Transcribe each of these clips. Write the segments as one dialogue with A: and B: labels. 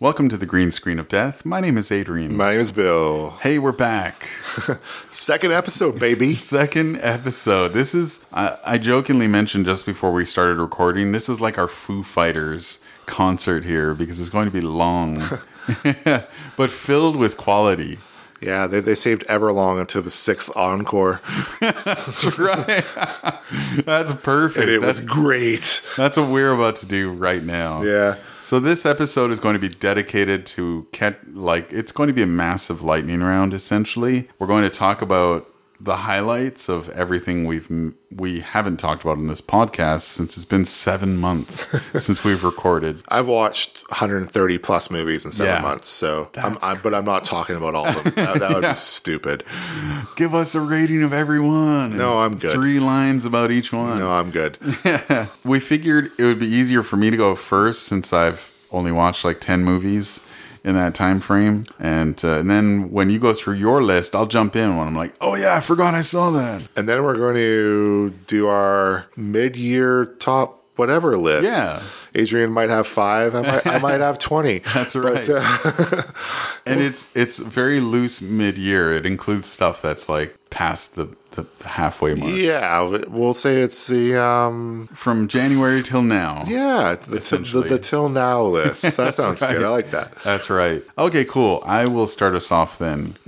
A: Welcome to the green screen of death. My name is Adrian.
B: My name is Bill.
A: hey, we're back.
B: Second episode, baby.
A: Second episode. This is, I, I jokingly mentioned just before we started recording, this is like our Foo Fighters concert here because it's going to be long, but filled with quality.
B: yeah, they, they saved Everlong until the sixth encore.
A: That's right. That's perfect.
B: And it
A: that's,
B: was great.
A: that's what we're about to do right now.
B: Yeah.
A: So this episode is going to be dedicated to cat like it's going to be a massive lightning round essentially. We're going to talk about the highlights of everything we've we haven't talked about in this podcast since it's been 7 months since we've recorded.
B: I've watched 130 plus movies in seven
A: Yeah.
B: months, so I'm, I'm, but I'm not talking about all of them. That, that would be stupid.
A: Give us a rating of everyone.
B: No, I'm good.
A: Three lines about each one.
B: No, I'm good.
A: We figured it would be easier for me to go first since I've only watched like 10 movies in that time frame and uh, and then when you go through your list I'll jump in when I'm like, "Oh yeah, I forgot I saw that."
B: And then we're going to do our mid-year top whatever list.
A: Yeah.
B: Adrian might have five. I might, I might have uh, 20.
A: That's right. and it's it's very loose mid year. It includes stuff that's like past the, the, the halfway mark.
B: yeah, we'll say it's the um,
A: From January till now.
B: Yeah, the, t- the,
A: Essentially.
B: the till now list. That sounds
A: right.
B: good. I like that.
A: That's right. Okay, cool. I will start us off then.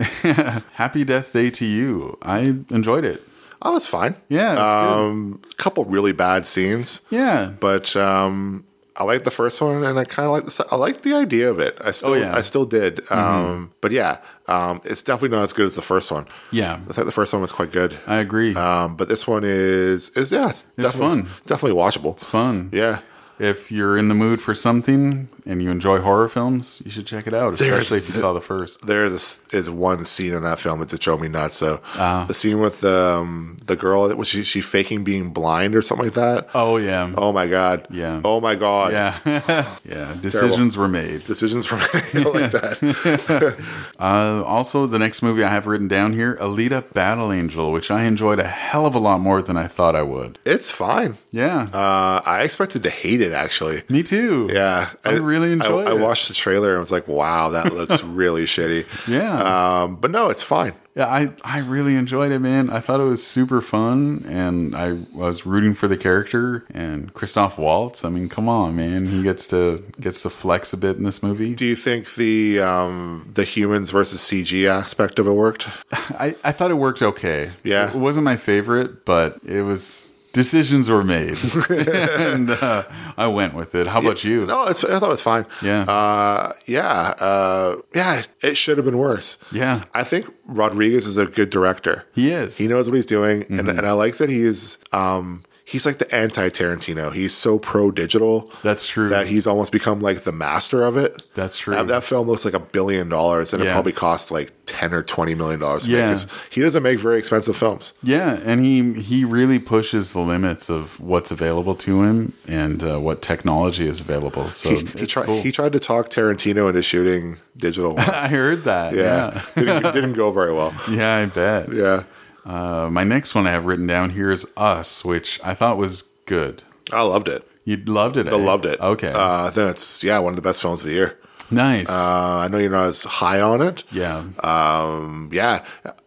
A: Happy Death Day to you. I enjoyed it.
B: I was fine.
A: Yeah, that's
B: um, a couple really bad scenes,
A: good. Yeah.
B: but um, I like the first one, and I kind of like the. se- I like the idea of it. I still,
A: Oh, yeah. Mm-hmm.
B: I still did. Um, but yeah, um, it's definitely not as good as the first one.
A: Yeah.
B: I think the first one was quite good.
A: I agree.
B: Um, but this one is is yeah, it's, definitely,
A: fun.
B: Definitely watchable. It's
A: Fun.
B: Yeah.
A: If you're in the mood for something and you enjoy horror films, you should check it out, especially if you saw the first.
B: there is is one scene in that film that just drove me nuts. So
A: Ah.
B: the scene with um, the girl that was she, she faking being blind or something like that. Oh,
A: Oh yeah.
B: my god.
A: Yeah.
B: Oh my god.
A: Yeah. yeah. Decisions were made.
B: Decisions from like that.
A: Uh, also, the next movie I have written down here, Alita Battle Angel, which I enjoyed a hell of a lot more than I thought I would.
B: It's fine.
A: Yeah.
B: Uh, I expected to hate it actually.
A: Me too.
B: Yeah,
A: I really enjoyed
B: I, I
A: it.
B: watched the trailer and was like, "Wow, that looks really shitty."
A: Yeah.
B: um, but no, it's fine.
A: Yeah, I, I really enjoyed it, man. I thought it was super fun, and I, was rooting for the character and Christoph Waltz. I mean, come on, man. He gets to gets to flex a bit in this movie.
B: Do you think the um, the humans versus CG aspect of it worked?
A: I, I thought it worked okay.
B: Yeah.
A: It wasn't my favorite, but it was decisions were made. and uh, I went with it. How about you?
B: No, it's, I thought it was fine.
A: Yeah.
B: Uh, yeah. Uh, yeah. It should have been worse.
A: Yeah.
B: I think Rodriguez is a good director.
A: He is.
B: He knows what he's doing, and,
A: Mm-hmm.
B: and I like that he is. Um, he's like the anti Tarantino. He's so pro digital
A: That's true.
B: that he's almost become like the master of it.
A: That's true.
B: That, that film looks like a billion dollars, and it
A: Yeah.
B: probably cost like ten or twenty million dollars. to
A: Yeah.
B: make. 'cause He doesn't make very expensive films.
A: Yeah, and he he really pushes the limits of what's available to him and uh, what technology is available. So
B: He, he
A: it's
B: tried.
A: cool.
B: He tried to talk Tarantino into shooting digital. Ones.
A: I heard that. Yeah.
B: yeah, didn't, didn't go very well.
A: yeah. I bet.
B: Yeah.
A: Uh, my next one I have written down here is Us, which I thought was good.
B: I loved it.
A: You loved it. eh?
B: I loved it.
A: Okay.
B: Uh, I think it's yeah one of the best films of the year.
A: nice.
B: Uh, I know you're not as high on it.
A: yeah.
B: Um, yeah,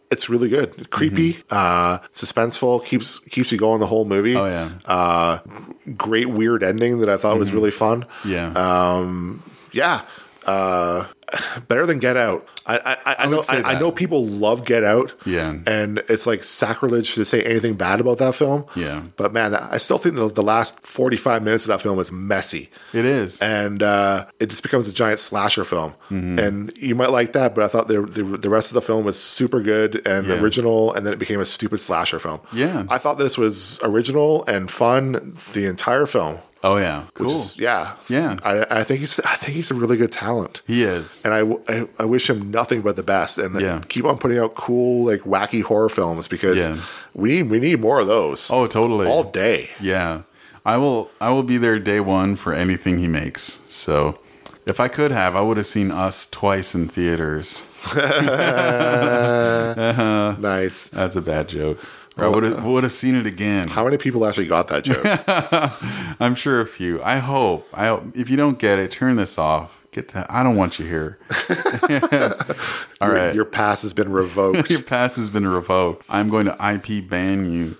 B: it's really good. Creepy, uh, suspenseful. keeps keeps you going the whole movie.
A: Mm-hmm. oh yeah. Mm-hmm.
B: Uh, great weird ending that I thought was really fun.
A: Yeah.
B: uh, Yeah. Uh, better than Get Out. I I, I, I know
A: say
B: I, I
A: that.
B: know people love Get Out.
A: Yeah.
B: and it's like sacrilege to say anything bad about that film.
A: Yeah.
B: but man, I still think the, the last forty five minutes of that film is messy.
A: it is.
B: and uh, it just becomes a giant slasher film.
A: Mm-hmm.
B: And you might like that, but I thought the, the the rest of the film was super good and
A: Yeah.
B: original, and then it became a stupid slasher film.
A: Yeah.
B: I thought this was original and fun the entire film.
A: oh yeah. Cool.
B: Just- yeah,
A: Yeah.
B: I, I think he's I think he's a really good talent.
A: he is.
B: And I, w- I- I wish him nothing but the best, and
A: Yeah.
B: keep on putting out cool like wacky horror films because
A: Yeah.
B: we need we need more of those
A: Oh totally.
B: all day.
A: Yeah. I will I will be there day one for anything he makes. So if I could have, I would have seen us twice in theaters.
B: Nice.
A: That's a bad joke. Or I would have would have seen it again.
B: How many people actually got that joke?
A: I'm sure a few. I hope. I hope if you don't get it, turn this off. Get that. I don't want you here. All
B: Your-
A: right.
B: Your pass has been revoked.
A: Your pass has been revoked. I'm going to IP ban you.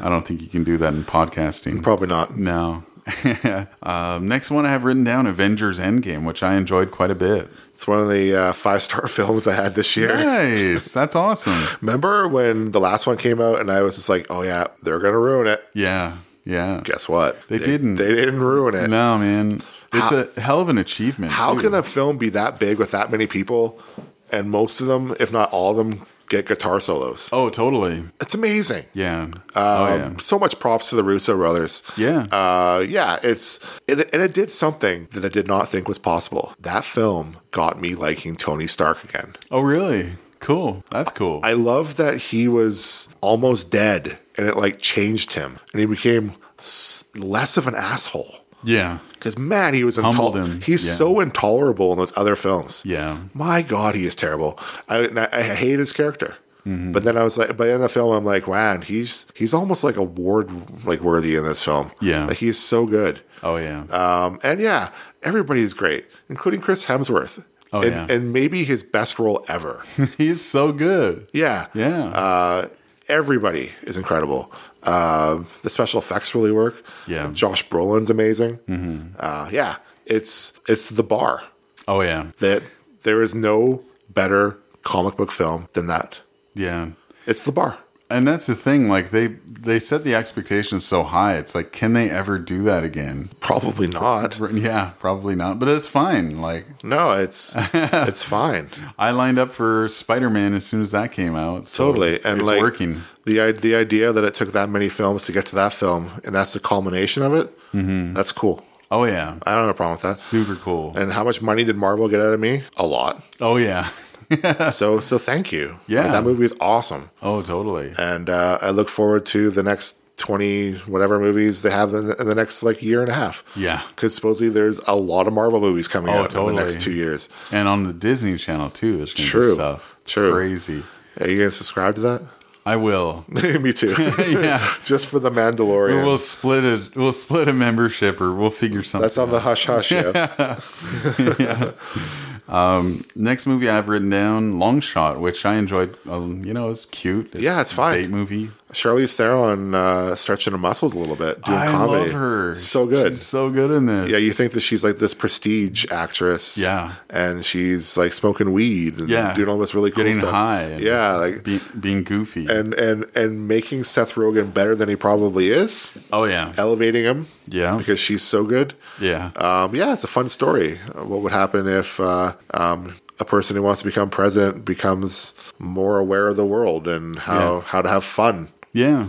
A: I don't think you can do that in podcasting.
B: Probably not.
A: No. um, next one I have written down Avengers Endgame, which I enjoyed quite a bit.
B: It's one of the uh, five star films I had this year.
A: Nice. That's awesome.
B: Remember when the last one came out and I was just like, oh yeah, they're gonna ruin it.
A: Yeah. Yeah.
B: Guess what? They,
A: didn't.
B: They didn't ruin it.
A: No, man. It's a hell of an achievement.
B: How
A: too.
B: can a film be that big with that many people, and most of them, if not all of them, get guitar solos?
A: Oh, totally.
B: It's amazing.
A: Yeah. oh, yeah.
B: Um, So much props to the Russo brothers.
A: Yeah.
B: Uh, yeah, it's it, and it did something that I did not think was possible. That film got me liking Tony Stark again.
A: oh, really? Cool. That's cool.
B: I love that he was almost dead, and it like changed him, and he became s- less of an asshole.
A: yeah.
B: Because man, he was
A: Humbled
B: intolerable.
A: him,
B: He's
A: yeah.
B: so intolerable in those other films.
A: Yeah.
B: My God, he is terrible. I and I, I hate his character.
A: Mm-hmm.
B: But then I was like, by the end of the film, I'm like, wow, he's he's almost like award like worthy in this film.
A: Yeah.
B: like he's so good.
A: Oh, yeah.
B: Um, and yeah, everybody's great, including Chris Hemsworth.
A: Oh,
B: and,
A: yeah.
B: and maybe his best role ever.
A: He's so good.
B: Yeah,
A: Yeah.
B: Uh, everybody is incredible. Um the special effects really work.
A: Yeah. Mm-hmm.
B: Josh Brolin's amazing. Uh, yeah, it's it's the bar
A: oh, yeah.
B: that there is no better comic book film than that.
A: Yeah.
B: It's the bar.
A: And that's the thing. Like, they, they set the expectations so high. It's like, can they ever do that again?
B: Probably not.
A: Yeah, probably not. But it's fine. Like,
B: No, it's it's fine.
A: I lined up for Spider Man as soon as that came out. So
B: Totally, and
A: it's
B: like
A: working.
B: the i- the idea that it took that many films to get to that film, and that's the culmination of it. That's cool.
A: Oh, yeah.
B: I don't have a problem with that.
A: Super cool.
B: And how much money did Marvel get out of me? A lot.
A: Oh, yeah.
B: So so thank you.
A: Yeah.
B: that movie is awesome,
A: Oh, totally.
B: and uh, I look forward to the next twenty whatever movies they have in the, in the next like year and a half.
A: Yeah.
B: because supposedly there's a lot of Marvel movies coming
A: Oh,
B: out in the
A: totally.
B: next two years.
A: And on the Disney Channel, too, there's going to be
B: True.
A: stuff.
B: True.
A: Crazy.
B: Are you gonna subscribe to that?
A: I will.
B: me too.
A: yeah.
B: Just for the Mandalorian.
A: We'll split it. We'll split a membership, or we'll figure something.
B: that's on the hush hush. Yeah.
A: Next movie I've written down, Long Shot, which I enjoyed. Um, you know, it's cute. It's
B: Yeah, it's fine.
A: a Date movie.
B: Charlize Theron uh, stretching her muscles a little bit, doing
A: I
B: comedy.
A: love her.
B: So good.
A: She's so good in this.
B: yeah, you think that she's like this prestige actress.
A: Yeah.
B: And she's like smoking weed and
A: Yeah.
B: doing all this really cool
A: Getting
B: stuff.
A: high and-
B: yeah, like
A: Be- being goofy.
B: and and and making Seth Rogen better than he probably is,
A: oh yeah,
B: elevating him.
A: Yeah.
B: Because she's so good.
A: yeah.
B: Um, yeah, it's a fun story. Uh, What would happen if uh, um, a person who wants to become president becomes more aware of the world and how, how to have fun?
A: yeah.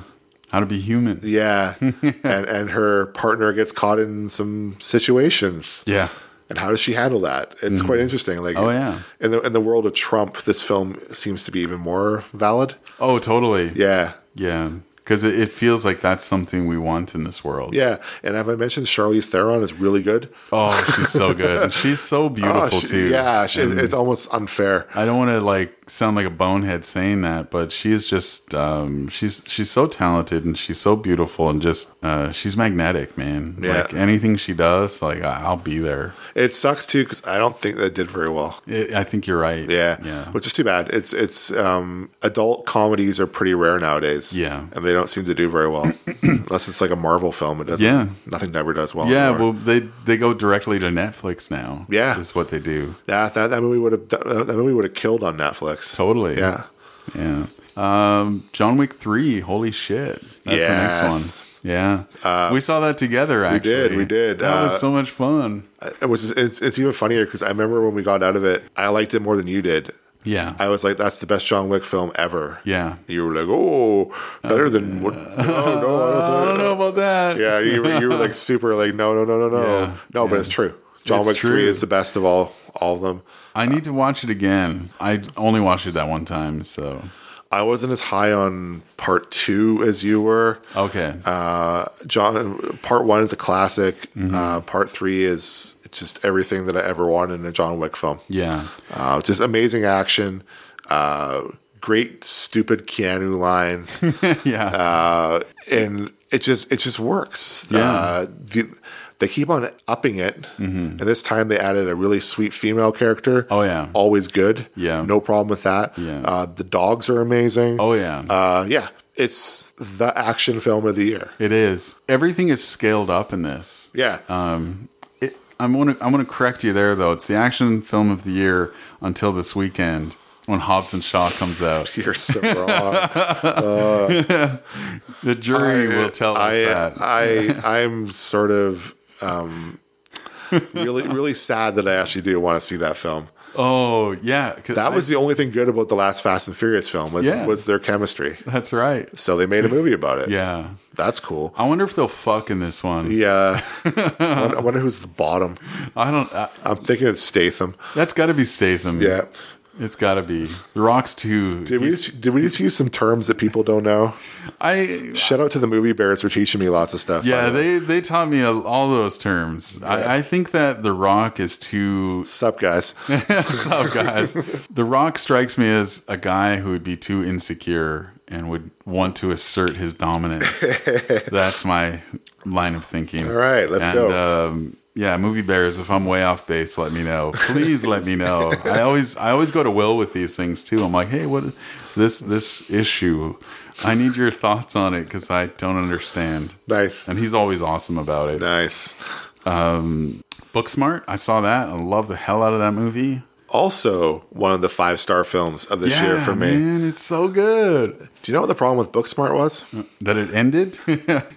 A: How to be human.
B: Yeah, and and her partner gets caught in some situations.
A: Yeah.
B: And how does she handle that? It's quite interesting. Like,
A: Oh, yeah.
B: in the in the world of Trump, this film seems to be even more valid.
A: Oh, totally.
B: Yeah,
A: Yeah. Because it, it feels like that's something we want in this world.
B: yeah. And have I mentioned Charlize Theron is really good?
A: Oh, she's so good. And she's so beautiful
B: Oh, she-
A: too. Mm-hmm.
B: Yeah, she, it's almost unfair.
A: I don't want to like sound like a bonehead saying that, but she is just um, she's she's so talented and she's so beautiful and just uh, she's magnetic, man.
B: Yeah.
A: Like anything she does, like I- I'll be there.
B: It sucks too because I don't think that did very well.
A: I I think you're right.
B: Yeah,
A: yeah,
B: Which is too bad. It's it's um, adult comedies are pretty rare nowadays.
A: Yeah.
B: and they don't seem to do very well unless it's like a Marvel film. It doesn't.
A: Yeah.
B: nothing ever does well.
A: yeah.
B: anymore.
A: Well, they they go directly to Netflix now.
B: Yeah.
A: is what they do.
B: that that, that movie would have that movie would have killed on Netflix.
A: Totally.
B: Yeah,
A: yeah. Um, John Wick three. Holy shit! That's the
B: Yes.
A: next one. Yeah, we saw that together. Actually,
B: did, we did.
A: That
B: Uh,
A: was so much fun.
B: it was. Uh, It's, it's even funnier because I remember when we got out of it, I liked it more than you did.
A: Yeah,
B: I was like, "That's the best John Wick film ever."
A: yeah.
B: You were like, "Oh, better than what?" No, no, I
A: I
B: don't
A: don't
B: think-
A: know about that.
B: Yeah, you were, you were like super like no no no no no
A: Yeah,
B: no, but it's true. John
A: It's
B: Wick
A: true.
B: Three is the best of all all of them.
A: I need to watch it again. I only watched it that one time, so
B: I wasn't as high on part two as you were.
A: okay.
B: Uh, John, part one is a classic.
A: Mm-hmm.
B: Uh, part three is it's just everything that I ever wanted in a John Wick film.
A: yeah,
B: Uh, just amazing action, uh, great stupid Keanu lines.
A: yeah,
B: uh, and it just it just works.
A: Yeah. Mm-hmm.
B: Uh, the, They keep on upping it, and this time they added a really sweet female character.
A: Oh, yeah.
B: always good.
A: Yeah.
B: no problem with that.
A: Yeah.
B: Uh, the dogs are amazing.
A: Oh yeah.
B: uh, yeah. It's the action film of the year.
A: It is. Everything is scaled up in this.
B: Yeah,
A: Uh. It, I'm going to I'm going to correct you there though. It's the action film of the year until this weekend when Hobbs and Shaw comes out.
B: you're so wrong.
A: The jury will tell us
B: I,
A: that.
B: I, I'm sort of um, really, really sad that I actually do want to see that film.
A: oh yeah, 'cause
B: That
A: I-
B: was the only thing good about the last Fast and Furious film was
A: Yeah.
B: was their chemistry.
A: that's right.
B: So they made a movie about it.
A: Yeah.
B: that's cool.
A: I wonder if they'll fuck in this one.
B: Yeah, I wonder- I wonder who's the bottom.
A: I don't. Uh,
B: I'm thinking it's Statham.
A: that's got to be Statham.
B: Yeah.
A: it's got to be The Rock's too.
B: Did we
A: He's-
B: just, did we just use some terms that people don't know?
A: I
B: Shout out to the movie bears for teaching me lots of stuff. by
A: yeah,
B: the way.
A: they they taught me a- all those terms. I, I think that The Rock is too
B: sup guys.
A: What's up, guys? Oh, the Rock strikes me as a guy who would be too insecure and would want to assert his dominance. That's my line of thinking.
B: All right, let's
A: and,
B: go.
A: Um, yeah, movie bears. If I'm way off base, let me know. Please let me know. I always, I always go to Will with these things too. I'm like, hey, what this this issue? I need your thoughts on it because I don't understand.
B: Nice,
A: And he's always awesome about it.
B: nice.
A: Booksmart, I saw that. I love the hell out of that movie.
B: Also, one of the five star films of this year for me.
A: man, it's so good.
B: Do you know what the problem with Booksmart was?
A: That it ended?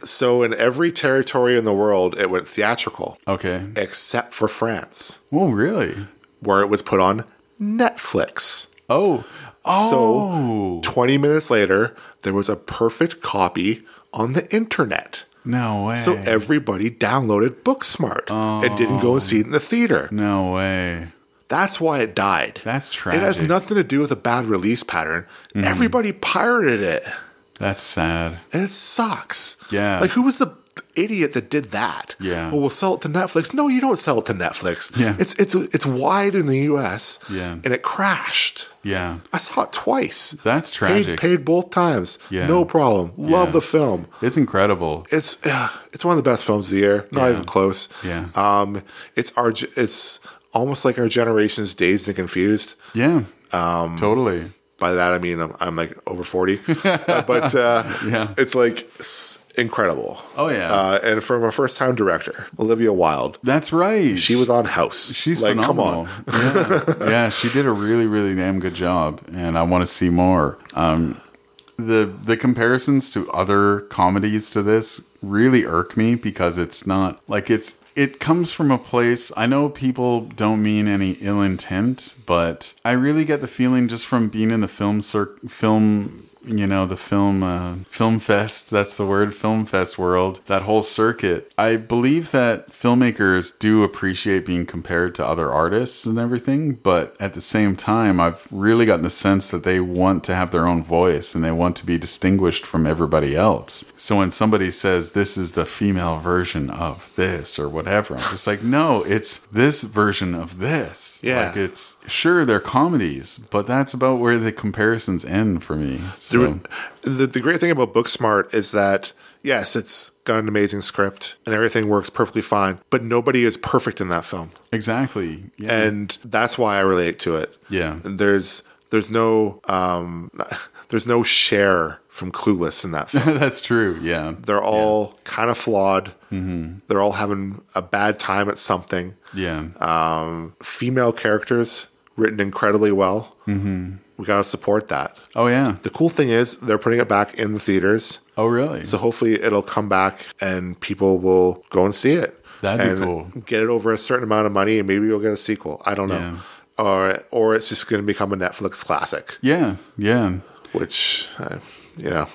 B: So, in every territory in the world, it went theatrical,
A: okay.
B: except for France,
A: Oh, really?
B: where it was put on Netflix.
A: Oh. Oh.
B: So, 20 minutes later, there was a perfect copy on the internet.
A: no way.
B: So, everybody downloaded Booksmart and didn't go and see it in the theater.
A: no way.
B: That's why it died.
A: That's
B: It
A: tragic. Mm.
B: has nothing to do with a bad release pattern. Everybody pirated it.
A: That's sad.
B: and it sucks.
A: Yeah.
B: Like, who was the idiot that did that?
A: Yeah.
B: Oh, we'll sell it to Netflix. No, you don't sell it to Netflix.
A: Yeah.
B: It's it's it's wide in the U.S.
A: Yeah.
B: And it crashed.
A: Yeah.
B: I saw it twice.
A: That's
B: Paid,
A: tragic.
B: paid both times.
A: Yeah.
B: No problem. Love
A: Yeah.
B: the film.
A: It's incredible.
B: It's uh, it's one of the best films of the year. Not
A: Yeah.
B: even close.
A: Yeah.
B: Um. It's our. ge- It's almost like our generation's dazed and confused.
A: Yeah. Um, totally.
B: By that I mean I'm, I'm like over forty, Uh, but uh,
A: Yeah.
B: it's like s- incredible.
A: Oh, yeah.
B: uh, and from a first time director, Olivia Wilde.
A: That's right.
B: She was on House.
A: She's phenomenal. yeah. yeah, she did a really, really damn good job, and I want to see more. Um, the the comparisons to other comedies to this really irk me because it's not like it's it comes from a place I know people don't mean any ill intent, but I really get the feeling just from being in the film cir- film you know the film uh, film fest that's the word film fest world that whole circuit i believe that filmmakers do appreciate being compared to other artists and everything but at the same time i've really gotten the sense that they want to have their own voice and they want to be distinguished from everybody else so when somebody says this is the female version of this or whatever i'm just like no it's this version of this
B: Yeah.
A: like it's sure they're comedies but that's about where the comparisons end for me so.
B: The, the great thing about Booksmart is that yes, it's got an amazing script and everything works perfectly fine, but nobody is perfect in that film,
A: Exactly. Yeah.
B: and that's why I relate to it.
A: Yeah.
B: And there's there's no um there's no share from Clueless in that film.
A: That's true. Yeah.
B: They're all kind of flawed. Mm-hmm. They're all having a bad time at something.
A: Yeah.
B: Um, female characters written incredibly well. Mm-hmm. We got to support that.
A: oh, yeah.
B: The cool thing is they're putting it back in the theaters.
A: Oh, really?
B: So hopefully it'll come back and people will go and see it.
A: That'd be
B: and
A: cool.
B: Get it over a certain amount of money and maybe you'll get a sequel. I don't know.
A: Yeah.
B: Or, or it's just going to become a Netflix classic,
A: yeah. Yeah.
B: which, uh, you know,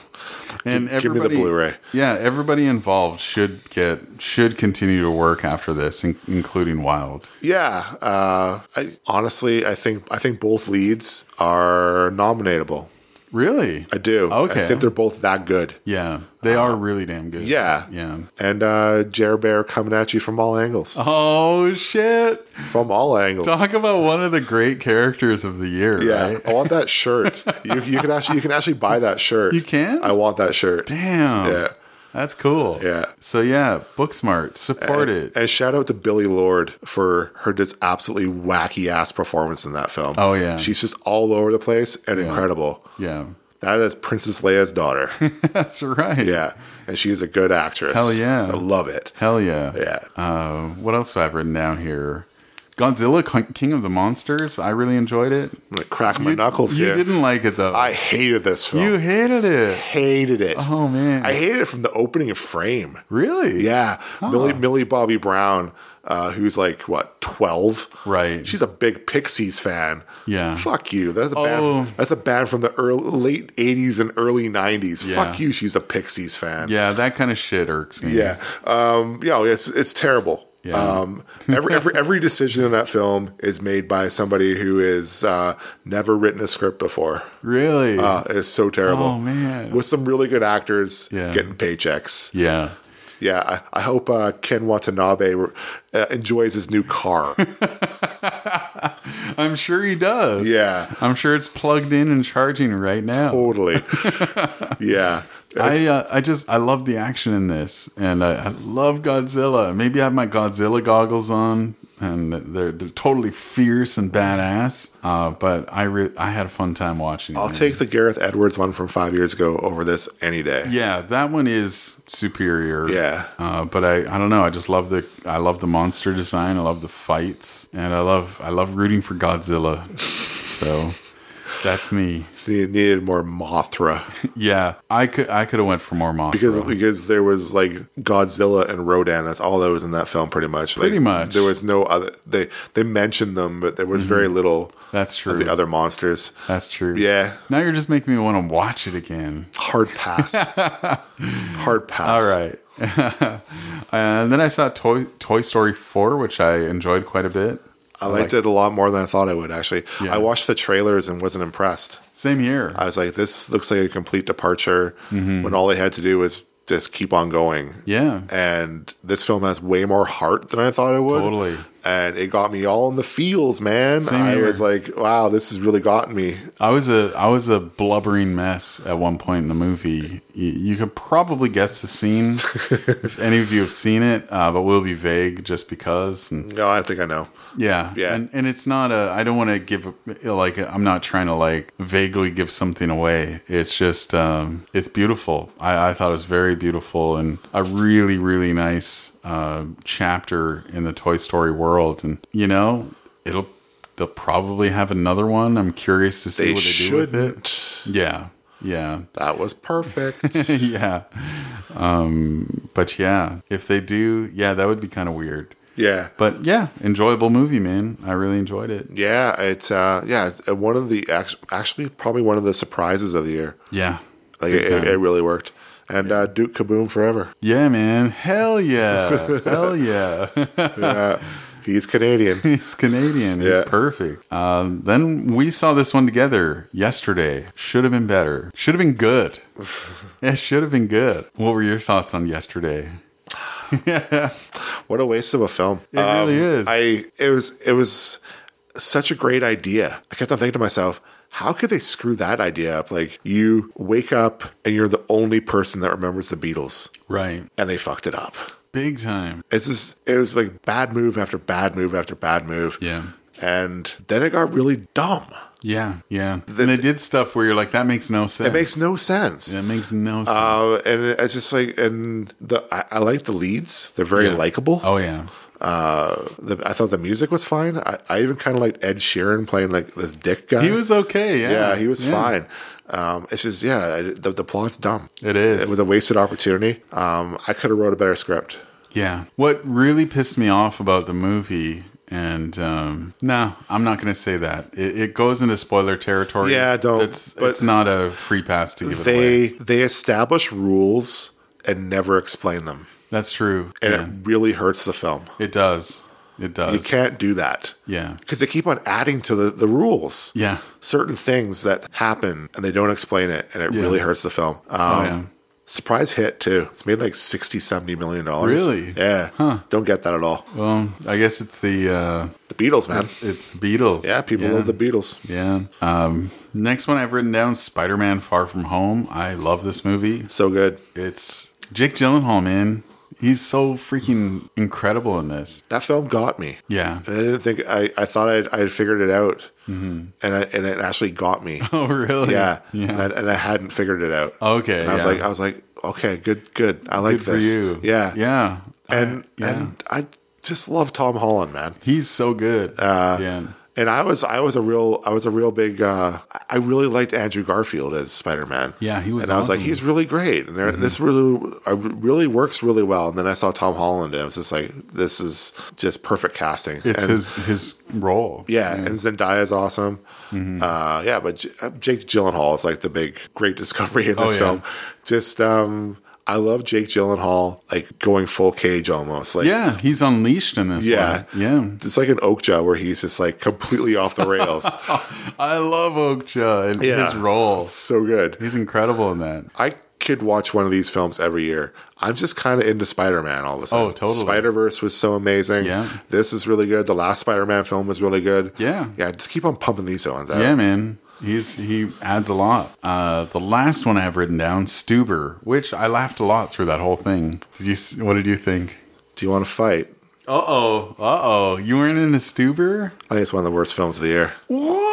A: And
B: give me the
A: everybody,
B: Blu-ray.
A: Yeah, everybody involved should get should continue to work after this, in, including Wild.
B: Yeah, uh, I, honestly, I think I think both leads are nominatable.
A: Really?
B: I do.
A: Okay.
B: I think they're both that good.
A: yeah, they are really damn good.
B: Yeah.
A: Yeah.
B: And uh, Jer Bear coming at you from all angles.
A: Oh shit!
B: From all angles.
A: Talk about one of the great characters of the year.
B: yeah,
A: Right?
B: I want that shirt. you, you can actually you can actually buy that shirt.
A: You can?
B: I want that shirt.
A: Damn.
B: Yeah.
A: That's cool.
B: Yeah. Eh,
A: So yeah, Booksmart, support it.
B: And shout out to Billy Lord for her just absolutely wacky ass performance in that film.
A: Oh, yeah.
B: she's just all over the place and incredible.
A: yeah.
B: That is Princess Leia's daughter.
A: That's right.
B: yeah, and she is a good actress.
A: Hell yeah.
B: I love it.
A: Hell yeah.
B: Yeah.
A: Uh, what else have I written down here? Godzilla, King- King of the Monsters. I really enjoyed it.
B: I'm gonna crack my knuckles
A: You
B: here.
A: didn't like it though.
B: I hated this film.
A: you hated it.
B: hated it.
A: Oh man.
B: I hated it from the opening frame.
A: really?
B: Yeah, Millie Millie Bobby Brown, uh, who's like what twelve,
A: Right.
B: She's a big Pixies fan.
A: Yeah.
B: fuck you. That's a band.
A: Oh.
B: That's a band from the early, late '80s and early '90s.
A: Yeah.
B: Fuck you. She's a Pixies fan.
A: Yeah, that kind of shit irks me.
B: Yeah. Um, you know, it's it's terrible.
A: Yeah.
B: Um, every every every decision in that film is made by somebody who is uh, never written a script before.
A: Really?
B: Uh, it's so terrible.
A: Oh, man.
B: With some really good actors
A: Yeah.
B: getting paychecks.
A: yeah.
B: Yeah, I, I hope uh, Ken Watanabe uh, enjoys his new car.
A: I'm sure he does.
B: yeah,
A: I'm sure it's plugged in and charging right now.
B: totally. yeah,
A: I uh, I just I love the action in this, and I, I love Godzilla. Maybe I have my Godzilla goggles on, and they're they're totally fierce and badass. Uh, but I re- I had a fun time watching.
B: I'll
A: it.
B: take the Gareth Edwards one from five years ago over this any day.
A: Yeah, that one is superior.
B: Yeah.
A: uh, but I I don't know. I just love the I love the monster design. I love the fights, and I love I love rooting for Godzilla. so that's me.
B: So you needed more Mothra
A: Yeah, I could I could have went for more monster.
B: because because there was like Godzilla and Rodan. That's all that was in that film, pretty much. Like,
A: Pretty much.
B: there was no other. They they mentioned them, but there was
A: Mm-hmm.
B: very little
A: that's
B: of
A: true.
B: the other monsters.
A: That's true.
B: Yeah,
A: Now you're just making me want to watch it again.
B: hard pass. hard pass.
A: All right. and then I saw Toy Toy Story 4, which I enjoyed quite a bit.
B: I liked it a lot more than I thought I would. Actually,
A: Yeah.
B: I watched the trailers and wasn't impressed.
A: Same here.
B: I was like, "This looks like a complete departure." When all they had to do was just keep on going.
A: Mm-hmm. yeah.
B: And this film has way more heart than I thought it would.
A: Totally.
B: And it got me all in the feels, man.
A: Same
B: I
A: here.
B: was like, "Wow, this has really gotten me."
A: I was a I was a blubbering mess at one point in the movie. You, you could probably guess the scene if any of you have seen it, uh, but we'll be vague just because. And
B: No, I think I know.
A: yeah,
B: Yeah.
A: And, and it's not a. I don't want to give like I'm not trying to like vaguely give something away. It's just um, it's beautiful. I, I thought it was very beautiful and a really really nice uh, chapter in the Toy Story world. And you know, it'll they'll probably have another one. I'm curious to see
B: They
A: what they do with it.
B: shouldn't.
A: Yeah, yeah,
B: That was perfect.
A: yeah. Um, but yeah, if they do, yeah, that would be kind of weird.
B: yeah.
A: But yeah, enjoyable movie, man. I really enjoyed it.
B: Yeah, it's uh, yeah, it's uh, one of the act- actually probably one of the surprises of the year.
A: Yeah.
B: Like
A: Big
B: it,
A: time.
B: it really worked. And uh, Duke Kaboom forever.
A: yeah, man. Hell yeah. Hell yeah.
B: Uh, He's Canadian.
A: He's Canadian. He's
B: Yeah.
A: perfect. Um, then we saw this one together yesterday. Should have been better. Should have been good. it should have been good. What were your thoughts on yesterday?
B: what a waste of a film. It
A: really is.
B: Um, I it was it was such a great idea. I kept on thinking to myself, how could they screw that idea up? Like you wake up and you're the only person that remembers the Beatles,
A: Right.
B: and they fucked it up.
A: Big time.
B: It's just it was like bad move after bad move after bad move.
A: Yeah.
B: And then it got really dumb.
A: Yeah. Yeah. and they did stuff where you're like, that makes no sense.
B: It makes no sense.
A: That makes no sense.
B: Uh, and it- it's just like, and the I, I like the leads; they're very likable.
A: oh, yeah.
B: Uh, the, I thought the music was fine. I, I even kind of liked Ed Sheeran playing like this dick guy.
A: He was okay. Yeah.
B: yeah, he was
A: Yeah.
B: fine. Um, it's just, yeah, I, the, the plot's dumb.
A: It is.
B: It was a wasted opportunity. Um, I could have wrote a better script.
A: Yeah. What really pissed me off about the movie, and um, no, I'm not going to say that. It, it goes into spoiler territory.
B: Yeah, don't,
A: It's,
B: but-
A: it's not a free pass to give it away.
B: They they establish rules and never explain them,
A: That's true.
B: and
A: Yeah.
B: it really hurts the film.
A: It, does. It
B: You
A: does.
B: can't do that
A: Yeah.
B: because they keep on adding to the, the rules.
A: Yeah.
B: certain things that happen and they don't explain it and it really hurts the film. Um,
A: Oh, yeah.
B: Surprise hit too. It's made like 60, 70 million dollars.
A: Really?
B: Yeah. Don't get that at all.
A: Well, I guess it's the uh,
B: The Beatles, man.
A: it's the Beatles.
B: Yeah, people love the Beatles.
A: Yeah. Um, next one I've written down: Spider-Man: Far From Home. I love this movie.
B: So good.
A: It's Jake Gyllenhaal, man, he's so freaking incredible in this.
B: That film got me.
A: Yeah.
B: And I didn't think I, I thought I'd, I'd figured it out, and I, and it actually got me.
A: Oh, really?
B: yeah,
A: Mm-hmm. Yeah.
B: And, and I hadn't figured it out.
A: Okay,
B: and I was
A: yeah.
B: like, I was like, okay, good, good. I like
A: Good for
B: this.
A: you.
B: Yeah,
A: Yeah.
B: And
A: yeah.
B: and I just love Tom Holland, man.
A: he's so good.
B: Uh,
A: yeah.
B: And I was I was a real I was a real big uh, I really liked Andrew Garfield as Spider Man.
A: Yeah, he was
B: And I was like,
A: awesome. Mm-hmm.
B: he's really great, and there, this really I- really works really well. And then I saw Tom Holland, and I was just like, this is just perfect casting.
A: It's
B: and,
A: his his role.
B: yeah, and Zendaya is awesome.
A: Mm-hmm.
B: Uh, yeah, but J- uh, Jake Gyllenhaal is like the big great discovery in this
A: Oh, yeah.
B: film. Just um, I love Jake Gyllenhaal like going full cage almost. Like
A: Yeah, he's unleashed in this.
B: Yeah.
A: one. yeah.
B: it's like an Oakja where he's just like completely off the rails.
A: I love Okja and
B: Yeah.
A: his role.
B: so good.
A: He's incredible in that.
B: I could watch one of these films every year. I'm just kind of into Spider Man all of a sudden.
A: Oh, totally.
B: Spider Verse was so amazing.
A: Yeah.
B: This is really good. The last Spider Man film was really good.
A: Yeah.
B: Yeah. Just keep on pumping these ones out.
A: Yeah, man. He's he adds a lot. Uh, the last one I have written down, Stuber, which I laughed a lot through that whole thing. Did you? s- What did you think?
B: Do you want to fight?
A: Uh oh. Uh oh. You weren't in a Stuber.
B: I think it's one of the worst films of the year.
A: What?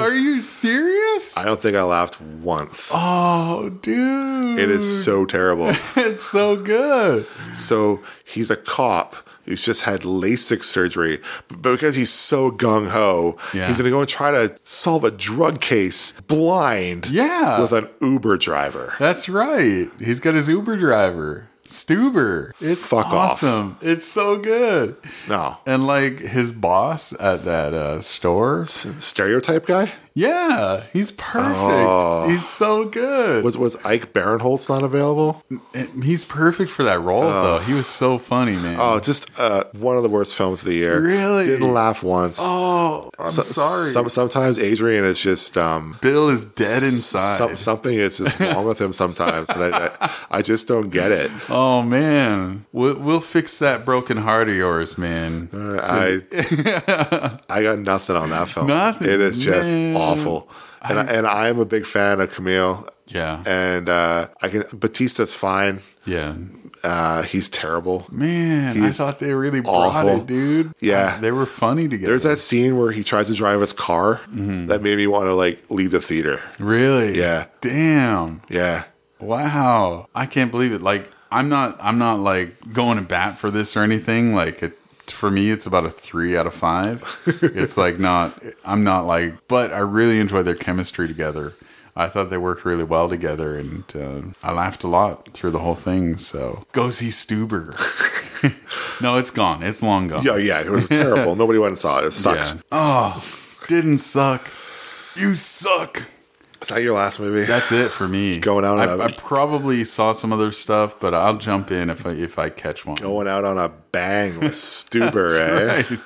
A: Are you serious?
B: I don't think I laughed once.
A: Oh, dude.
B: It is so terrible.
A: It's so good.
B: so he's a cop who's just had LASIK surgery, but because he's so gung ho,
A: Yeah.
B: he's going to go and try to solve a drug case blind
A: Yeah.
B: with an Uber driver.
A: That's right. He's got his Uber driver, Stuber. It's
B: Fuck off.
A: awesome. It's so good.
B: No.
A: And like his boss at that uh, store.
B: Stereotype guy?
A: Yeah, he's perfect. He's so good.
B: Oh. Was was Ike Barinholtz not available?
A: Hmm. And he's perfect for that role, though. He was so funny, man.
B: Oh, just uh, one of the worst films of the year.
A: Really?
B: Didn't laugh once.
A: Oh, I'm
B: So-
A: sorry.
B: some- sometimes Adrian is just um,
A: Bill is dead inside.
B: some- something is just wrong with him sometimes, and I, I, I just don't get it.
A: oh man, we'll, we'll fix that broken heart of yours, man.
B: I I got nothing on that film.
A: Nothing,
B: It is just
A: man.
B: awful. And I, and I am a big fan of Camille.
A: Yeah.
B: And uh, I can Batista's fine.
A: Yeah,
B: Uh, he's terrible.
A: man. I
B: He's
A: thought they really brought
B: awful.
A: it, dude.
B: Yeah.
A: they were funny together.
B: There's that scene where he tries to drive his car
A: Mm-hmm.
B: that made me want to like leave the theater.
A: really.
B: Yeah.
A: Damn.
B: Yeah.
A: Wow, I can't believe it. Like I'm not I'm not like going to bat for this or anything. Like it for me it's about a 3 out of 5. it's like not I'm not like but I really enjoyed their chemistry together. I thought they worked really well together and uh, I laughed a lot through the whole thing. So go see Stuber. no, it's gone. It's long gone.
B: Yeah, yeah. It was terrible. Nobody went and saw it. It sucked.
A: Yeah. Oh, didn't suck. You suck.
B: Is that your last movie?
A: That's it for me.
B: Going out on
A: I,
B: a-
A: I probably saw some other stuff, but I'll jump in if I if I catch one.
B: Going out on a bang with Stuber, eh?
A: Right.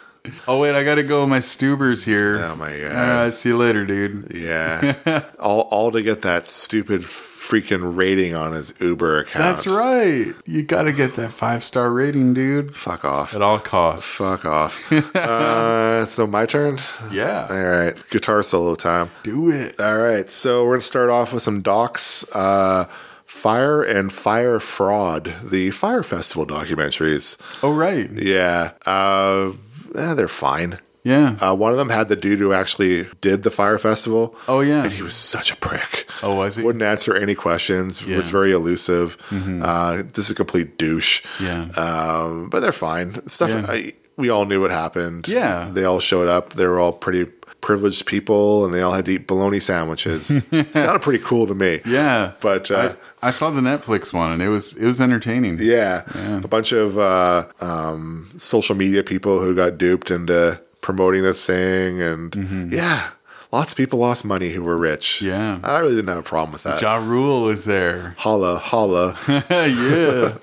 A: Oh wait, I gotta go. with My Stuber's here.
B: Oh, my God.
A: All right, see you later, dude.
B: Yeah. all all to get that stupid freaking rating on his Uber account.
A: That's right. You gotta get that five star rating, dude.
B: Fuck off.
A: At all costs.
B: Fuck off. uh, so my turn.
A: Yeah.
B: All right, guitar solo time.
A: Do it.
B: All right, so we're gonna start off with some docs. Uh, Fire and Fire Fraud, the Fire Festival documentaries.
A: Oh right.
B: Yeah, uh, eh, they're fine.
A: Yeah.
B: Uh, one of them had the dude who actually did the Fire Festival.
A: Oh yeah.
B: And he was such a prick.
A: Oh, was he? Mm-hmm.
B: Wouldn't answer any questions. Was very elusive. Uh, just a complete douche.
A: Yeah.
B: Um, but they're fine. Stuff.
A: Yeah.
B: I, we all knew what happened.
A: Yeah.
B: They all showed up. They were all pretty privileged people, and they all had to eat bologna sandwiches. Sounded pretty cool to me.
A: Yeah.
B: But uh,
A: I, I saw the Netflix one and it was it was entertaining.
B: yeah, a bunch of uh, um, social media people who got duped into promoting this thing, and yeah, lots of people lost money who were rich.
A: Mm-hmm. Yeah.
B: I really didn't have a problem with that.
A: Ja Rule was there.
B: holla, holla.
A: yeah.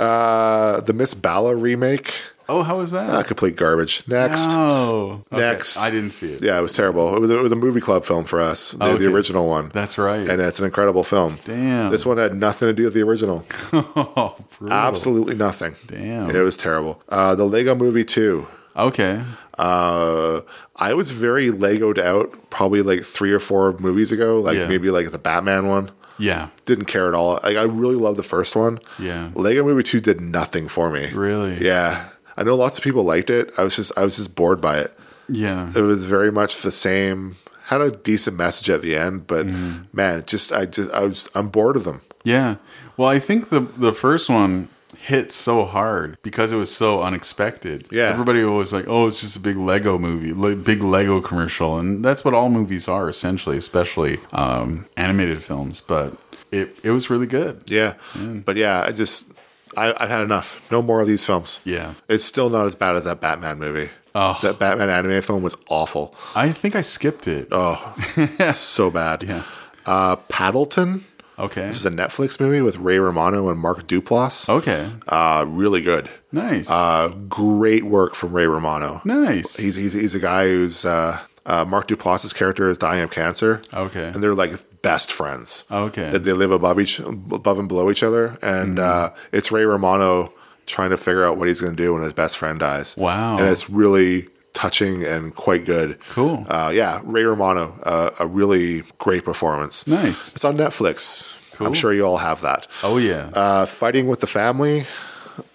B: uh, the Miss Bala remake,
A: Oh, how was that?
B: uh, complete garbage. Next.
A: Oh, okay.
B: Next.
A: I didn't see it.
B: Yeah, it was terrible. It was, it was a movie club film for us, the,
A: Okay.
B: the original one.
A: That's right.
B: and it's an incredible film.
A: Damn.
B: This one had nothing to do with the original.
A: oh, brutal.
B: Absolutely nothing.
A: Damn.
B: It was terrible. Uh, the Lego movie, too.
A: Okay.
B: Uh, I was very Legoed out probably like three or four movies ago, like
A: Yeah.
B: maybe like the Batman one.
A: Yeah.
B: Didn't care at all. Like I really love the first one.
A: Yeah.
B: Lego Movie Two did nothing for me.
A: Really?
B: Yeah. I know lots of people liked it. I was just I was just bored by it.
A: Yeah.
B: It was very much the same. Had a decent message at the end, but
A: Mm-hmm.
B: man, it just I just I was I'm bored of them.
A: Yeah. Well, I think the the first one hit so hard because it was so unexpected.
B: Yeah.
A: Everybody was like, "Oh, it's just a big Lego movie, le- big Lego commercial," and that's what all movies are essentially, especially um, animated films. But it it was really good.
B: Yeah.
A: Mm.
B: But yeah, I just I, I've had enough. No more of these films.
A: Yeah.
B: It's still not as bad as that Batman movie.
A: Oh.
B: That Batman anime film was awful.
A: I think I skipped it.
B: Oh. so bad.
A: Yeah.
B: Uh, Paddleton,
A: Okay.
B: which is a Netflix movie with Ray Romano and Mark Duplass.
A: Okay.
B: Uh, really good.
A: Nice.
B: Uh, great work from Ray Romano.
A: nice.
B: He's, he's, he's a guy who's uh, uh, Mark Duplass's character is dying of cancer.
A: Okay.
B: And they're like best friends.
A: Okay.
B: That they live above each above and below each other. And
A: Mm-hmm.
B: uh, it's Ray Romano trying to figure out what he's going to do when his best friend dies.
A: Wow.
B: And it's really touching and quite good.
A: Cool.
B: Uh, yeah, Ray Romano, uh, a really great performance.
A: nice.
B: It's on Netflix.
A: Cool.
B: I'm sure you all have that.
A: Oh yeah.
B: Uh, Fighting with the Family,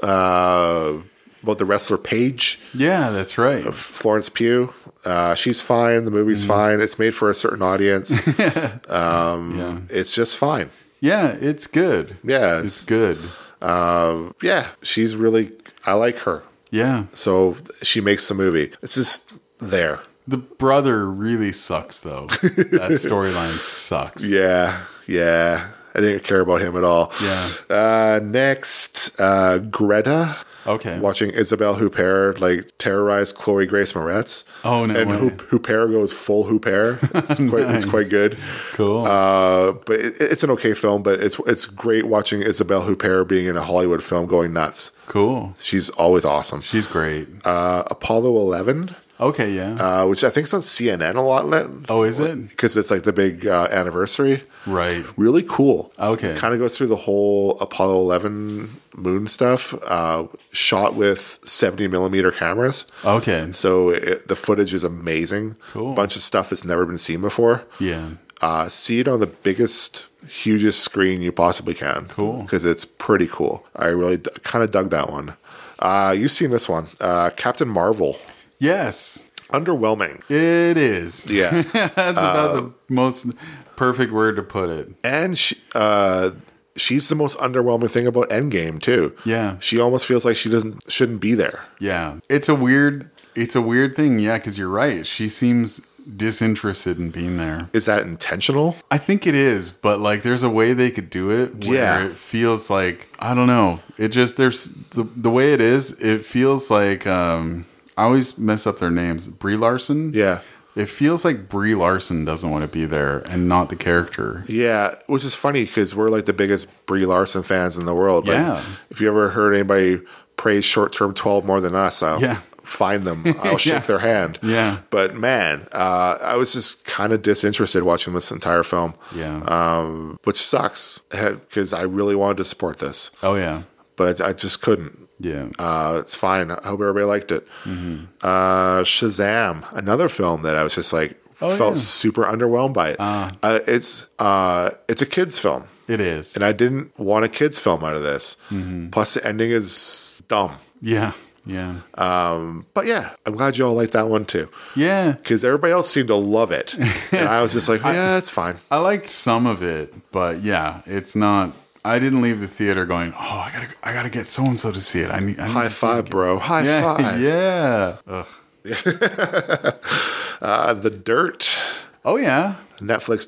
B: uh, about the wrestler Paige,
A: yeah, that's right.
B: Florence Pugh. Uh, she's fine. The movie's
A: Mm-hmm.
B: fine. It's made for a certain audience.
A: yeah.
B: it's just fine.
A: Yeah, it's good.
B: Yeah,
A: It's good.
B: Uh, yeah, she's really. I like her.
A: Yeah.
B: So she makes the movie. It's just there.
A: The brother really sucks, though. that storyline sucks.
B: Yeah, yeah. I didn't care about him at all.
A: Yeah.
B: Uh, next, uh, Greta.
A: Okay.
B: Watching Isabel Huppert like terrorize Chloe Grace Moretz.
A: Oh, no
B: And
A: way.
B: Hupp- Huppert goes full Huppert. It's quite,
A: Nice.
B: it's quite good.
A: Cool.
B: Uh, but it, it's an okay film. But it's it's great watching Isabel Huppert being in a Hollywood film going nuts.
A: cool.
B: She's always awesome.
A: She's great.
B: Uh, Apollo Eleven,
A: okay. Yeah.
B: uh, which I think is on CNN a lot
A: oh, is it?
B: because it's like the big uh, anniversary.
A: Right.
B: really cool.
A: Okay.
B: Kind of goes through the whole Apollo 11 moon stuff, uh, shot with 70 millimeter cameras.
A: Okay.
B: So it, the footage is amazing.
A: Cool.
B: Bunch of stuff that's never been seen before.
A: Yeah.
B: Uh, see it on the biggest, hugest screen you possibly can.
A: Cool.
B: Because it's pretty cool. I really d- kind of dug that one. Uh, you've seen this one, uh, Captain Marvel.
A: Yes,
B: Underwhelming.
A: it is.
B: Yeah. Uh,
A: That's about the most perfect word to put it.
B: And she, uh, she's the most underwhelming thing about Endgame too.
A: Yeah.
B: she almost feels like she doesn't shouldn't be there.
A: Yeah. It's a weird. It's a weird thing. Yeah, because you're right. She seems disinterested in being there.
B: Is that intentional?
A: I think it is, but like there's a way they could do it where
B: Yeah.
A: it feels like I don't know. It just there's the the way it is, it feels like um I always mess up their names. Brie Larson?
B: Yeah,
A: It feels like Brie Larson doesn't want to be there and not the character.
B: yeah. Which is funny because we're like the biggest Brie Larson fans in the world. Like,
A: Yeah.
B: If you ever heard anybody praise short term twelve more than us, I'll
A: Yeah.
B: find them. I'll shake
A: Yeah.
B: their hand.
A: Yeah.
B: But man, uh, I was just kind of disinterested watching this entire film.
A: Yeah.
B: Um, which sucks because I really wanted to support this,
A: oh yeah.
B: but I, I just couldn't.
A: Yeah.
B: Uh, it's fine. I hope everybody liked it.
A: Mm-hmm.
B: Uh, Shazam, another film that I was just like felt
A: Oh, yeah. Ah.
B: super underwhelmed by it. Uh, it's uh, it's a kids film,
A: it is.
B: and I didn't want a kids film out of this.
A: Mm-hmm.
B: Plus, the ending is dumb.
A: yeah. Yeah.
B: But yeah, I'm glad you all liked that one too,
A: yeah.
B: because everybody else seemed to love it, and I was just like, yeah, it's fine.
A: I liked some of it, but yeah, it's not I didn't leave the theater going, "Oh, I got to I got to get so and so to see it." I need I need
B: High
A: to see
B: five, bro. High
A: it." Yeah.
B: five.
A: Yeah. Ugh.
B: Uh, the Dirt.
A: Oh yeah.
B: Netflix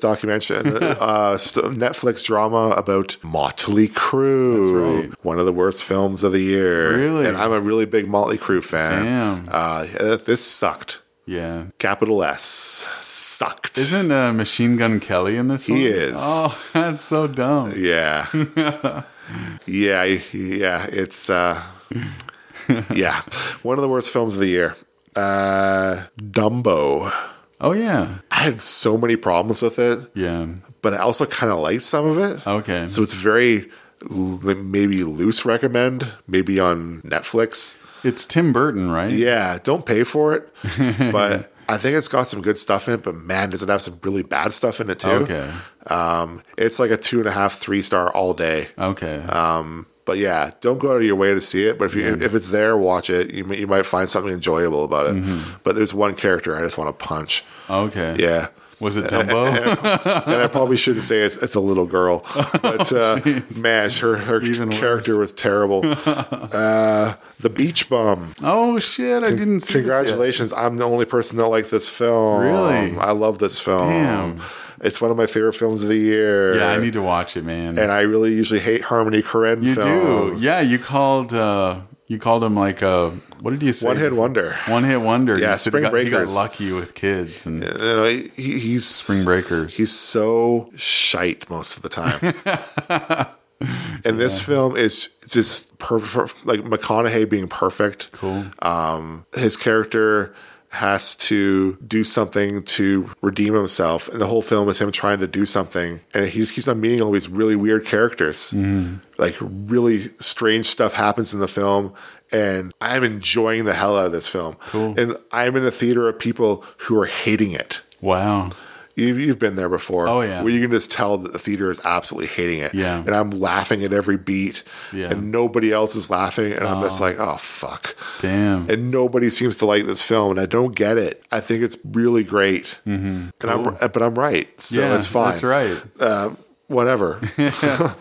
B: documentary, uh, st- Netflix drama about Motley Crue,
A: That's
B: one of the worst films of the year.
A: Really?
B: and I'm a really big Motley Crue fan.
A: Damn.
B: Uh, uh, this sucked.
A: Yeah.
B: Capital S sucked.
A: Isn't uh, Machine Gun Kelly in this one?
B: is.
A: Oh, that's so dumb.
B: Yeah, yeah, yeah. It's uh, yeah, one of the worst films of the year. Uh, Dumbo.
A: Oh, yeah.
B: I had so many problems with it,
A: Yeah.
B: but I also kind of liked some of it.
A: Okay.
B: So it's very l- maybe loose recommend, maybe on Netflix.
A: it's Tim Burton, right?
B: Yeah, don't pay for it. but I think it's got some good stuff in it, but man, does it have some really bad stuff in it too?
A: Okay.
B: Um, it's like a two and a half, three star all day.
A: Okay.
B: Um, but yeah, don't go out of your way to see it. But if you if it's there, watch it. You may, you might find something enjoyable about it. But there's one character I just want to punch.
A: okay.
B: Yeah.
A: Was it Dumbo?
B: and I probably shouldn't say it's it's a little girl, but uh, man, her her
A: Even worse.
B: character was terrible. Uh, the Beach Bum.
A: oh shit! I didn't see. this yet.
B: Congratulations! I'm the only person that liked this film.
A: Really?
B: I love this film.
A: Damn.
B: It's one of my favorite films of the year.
A: Yeah, I need to watch it, man.
B: And I really usually hate Harmony Korine
A: you
B: films.
A: do. Yeah, you called. uh You called him like a. What did you say?
B: One hit wonder.
A: One hit wonder.
B: Yeah,
A: You said
B: Spring
A: he got, he got
B: Breakers.
A: lucky with kids and
B: You know, uh, he, he's spring
A: Breakers.
B: He's so shite most of the time. and this film is just perfect, like McConaughey being perfect.
A: cool.
B: Um, his character has to do something to redeem himself, and the whole film is him trying to do something, and he just keeps on meeting all these really weird characters.
A: Mm-hmm.
B: Like really strange stuff happens in the film. And I'm enjoying the hell out of this film.
A: Cool.
B: And I'm in a theater of people who are hating it.
A: Wow.
B: You've, you've been there before.
A: Oh, yeah.
B: Where you can just tell that the theater is absolutely hating it.
A: Yeah.
B: And I'm laughing at every beat.
A: Yeah.
B: And nobody else is laughing. And I'm just like, oh, fuck.
A: Damn.
B: And nobody seems to like this film. And I don't get it. I think it's really great. Mm-hmm. And I'm, but I'm right. So
A: yeah,
B: it's fine.
A: That's right.
B: Uh, whatever. uh,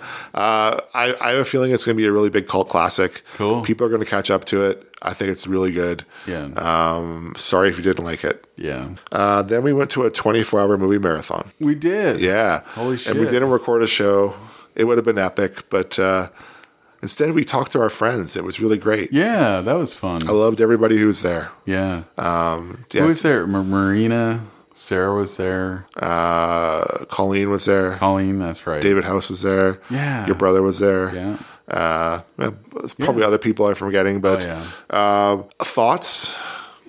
B: I, I have a feeling it's going to be a really big cult classic.
A: Cool.
B: People are going to catch up to it. I think it's really good.
A: Yeah.
B: Um, sorry if you didn't like it.
A: yeah.
B: Uh, then we went to a 24 hour movie marathon.
A: We did.
B: Yeah.
A: Holy
B: And we
A: shit.
B: didn't record a show. It would have been epic, but uh, instead we talked to our friends. It was really great.
A: Yeah, that was fun.
B: I loved everybody who was there.
A: Yeah.
B: Um,
A: Who
B: yeah,
A: was there? Mar- Marina. Sarah was there.
B: uh, Colleen was there.
A: Colleen. That's right.
B: David House was there.
A: Yeah.
B: Your brother was there.
A: Yeah.
B: Uh, well, it's probably other people I'm forgetting, but
A: Oh,
B: uh, thoughts?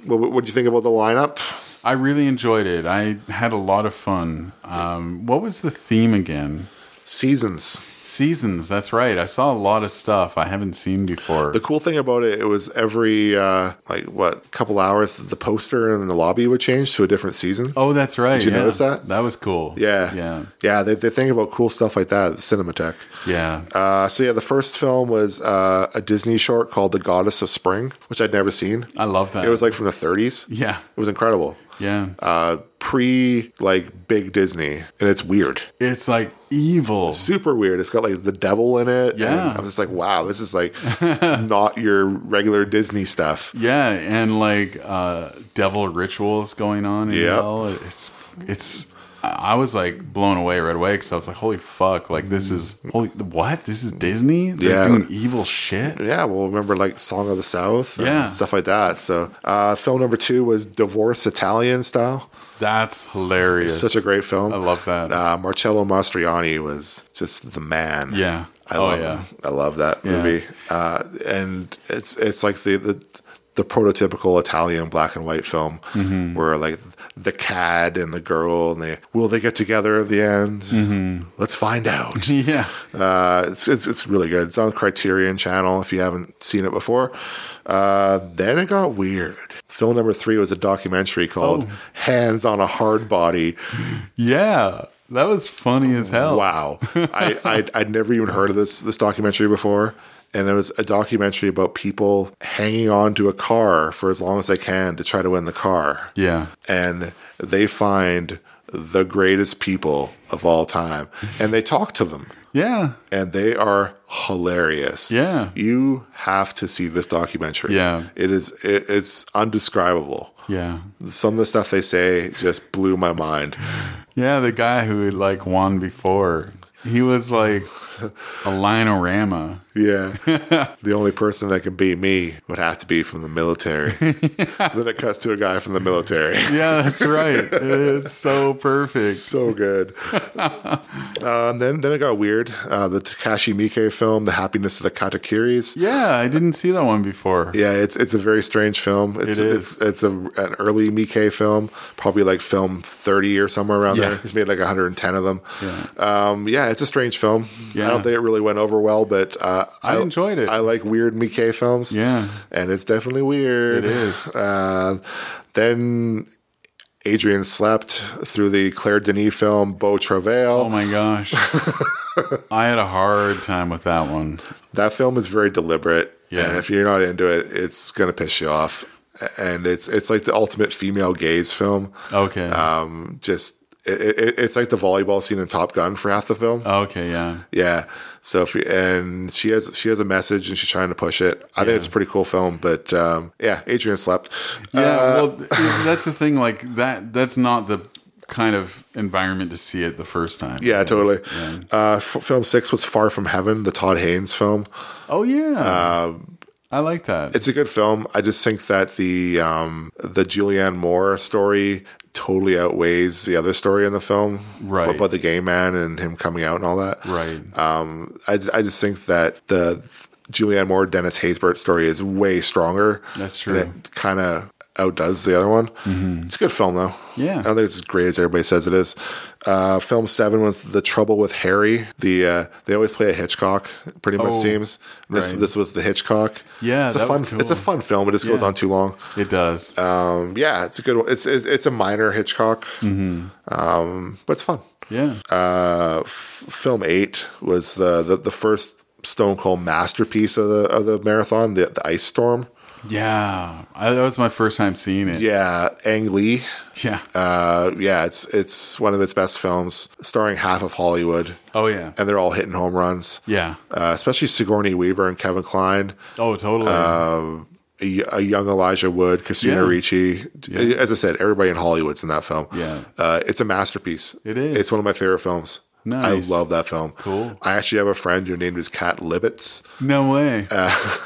B: What what do you think about the lineup?
A: I really enjoyed it. I had a lot of fun. Um, what was the theme again?
B: Seasons.
A: Seasons. That's right. I saw a lot of stuff I haven't seen before.
B: The cool thing about it, it was every uh, like what couple hours the poster in the lobby would change to a different season.
A: oh, that's right. Did
B: you notice that?
A: That was cool.
B: Yeah,
A: Yeah.
B: yeah. They, they think about cool stuff like that. at Cinematech.
A: Yeah.
B: Uh, so yeah, the first film was uh, a Disney short called "The Goddess of Spring," which I'd never seen.
A: I love that.
B: It was like from the 30s. It
A: yeah.
B: was incredible.
A: Yeah.
B: Uh, pre like big Disney, and it's weird,
A: it's like evil.
B: super weird. It's got like the devil in it.
A: Yeah.
B: and I was just like, wow, this is like not your regular Disney stuff.
A: Yeah, and like uh devil rituals going on in
B: Yeah.
A: hell. It's it's I was like blown away right away because I was like, "Holy fuck! Like this is holy what? This is Disney? They're
B: Yeah.
A: doing evil shit."
B: Yeah, well, remember like Song of the South and
A: Yeah.
B: stuff like that. So, uh, film number two was Divorce Italian Style.
A: That's hilarious.
B: Such a great film.
A: I love that.
B: Uh, Marcello Mastroianni was just the man.
A: Yeah.
B: I
A: Oh,
B: love
A: yeah.
B: I love that movie. Uh, and it's it's like the, the the prototypical Italian black and white film
A: Mm-hmm.
B: where like the cad and the girl and they will they get together at the end?
A: Mm-hmm.
B: Let's find out.
A: yeah,
B: Uh, it's, it's it's really good. It's on Criterion Channel if you haven't seen it before. Uh, then it got weird. Film number three was a documentary called
A: Oh.
B: "Hands on a Hard Body."
A: yeah, that was funny as hell.
B: Wow, I I'd, I'd never even heard of this this documentary before. And it was a documentary about people hanging on to a car for as long as they can to try to win the car.
A: Yeah,
B: And they find the greatest people of all time, and they talk to them.
A: yeah,
B: and they are hilarious.
A: Yeah.
B: you have to see this documentary.
A: Yeah.
B: it is. It, it's undescribable.
A: yeah,
B: Some of the stuff they say just blew my mind.
A: yeah. The guy who had like won before, he was like a linorama.
B: Yeah, the only person that can beat me would have to be from the military. Then it cuts to a guy from the military.
A: Yeah, that's right. it's so perfect.
B: so good. uh, and then, then it got weird. Uh, the Takashi Miike film, "The Happiness of the Katakiris."
A: Yeah, I didn't see that one before.
B: Yeah, it's it's a very strange film. It's
A: It
B: it's it's a, an early Mike film, probably like film thirty or somewhere around
A: Yeah.
B: there. He's made like 110 of them. Yeah, um, yeah it's a strange film. I
A: Yeah.
B: don't think it really went over well, but uh,
A: I enjoyed it.
B: I like weird Mike films.
A: Yeah.
B: and it's definitely weird.
A: It is.
B: Uh, then Adrian slept through the Claire Denis film Beau Travail.
A: Oh my gosh. I had a hard time with that one.
B: that film is very deliberate.
A: Yeah.
B: And if you're not into it, it's gonna piss you off. And it's it's like the ultimate female gaze film.
A: Okay.
B: Um, just it, it, it's like the volleyball scene in Top Gun for half the film.
A: okay, yeah.
B: Yeah. So if you, and she has she has a message and she's trying to push it. I think it's a pretty cool film. But um, yeah, Adrian slept.
A: Yeah,
B: Uh,
A: well, that's the thing. Like that, that's not the kind of environment to see it the first time.
B: yeah, totally. Uh, f- film six was Far from Heaven, the Todd Haynes film.
A: Oh yeah.
B: Uh,
A: I like that.
B: It's a good film. I just think that the um, the Julianne Moore story totally outweighs the other story in the film,
A: Right.
B: About the gay man and him coming out and all that,
A: right.
B: Um, I, I just think that the Julianne Moore Dennis Haysbert story is way stronger.
A: That's
B: And
A: true. Mm-hmm.
B: it kind of outdoes the other one. It's a good film though.
A: Yeah.
B: I don't think it's as great as everybody says it is. Uh, film seven was The Trouble with Harry. The uh, they always play a Hitchcock. Pretty much
A: Oh,
B: seems this
A: right.
B: this was the Hitchcock.
A: Yeah,
B: it's a
A: that was
B: fun.
A: cool.
B: It's a fun film. It just goes
A: Yeah.
B: on too long.
A: It does.
B: Um, yeah, it's a good. one. It's it's, it's a minor Hitchcock,
A: Mm-hmm.
B: um, but it's fun
A: yeah.
B: uh, f- film eight was the, the the first Stone Cold masterpiece of the of the marathon, the, the Ice Storm.
A: yeah. I, that was my first time seeing it.
B: Yeah, Ang Lee.
A: Yeah.
B: Uh, yeah, it's it's one of its best films, starring half of Hollywood,
A: oh yeah.
B: and they're all hitting home runs.
A: yeah.
B: Uh, especially Sigourney Weaver and Kevin Kline,
A: Oh totally.
B: uh, a, a young Elijah Wood, Christina
A: Yeah.
B: Ricci. As I said, everybody in Hollywood's in that film.
A: Yeah.
B: uh, it's a masterpiece.
A: It is.
B: It's one of my favorite films.
A: Nice.
B: I love that film.
A: Cool.
B: I actually have a friend who named his cat Libbits.
A: no way.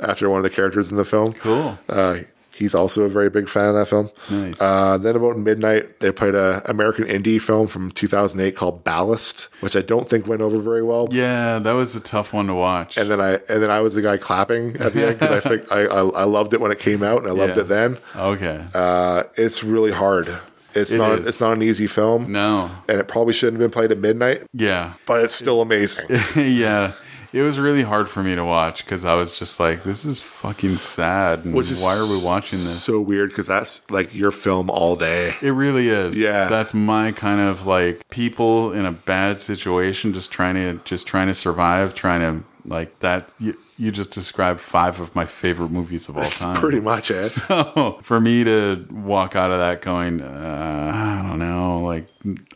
B: after one of the characters in the film.
A: cool.
B: Uh, he's also a very big fan of that film.
A: Nice.
B: Uh, then about midnight, they played a American indie film from 2008 called Ballast, which I don't think went over very well.
A: yeah, that was a tough one to watch.
B: And then I and then I was the guy clapping at the end because I, think I I I loved it when it came out and I loved
A: Yeah.
B: it then.
A: okay.
B: Uh, it's really hard. It's
A: It
B: not
A: is.
B: it's not an easy film,
A: no.
B: and it probably shouldn't have been played at midnight,
A: Yeah.
B: but it's still amazing.
A: yeah. It was really hard for me to watch because I was just like, this is fucking sad. And
B: Which is
A: why are we watching this?
B: So weird because that's like your film all day.
A: It really is.
B: Yeah.
A: That's my kind of like people in a bad situation just trying to just trying to survive, trying to like that you, you just described five of my favorite movies of all time.
B: Pretty much, eh?
A: So for me to walk out of that going, uh, I don't know, like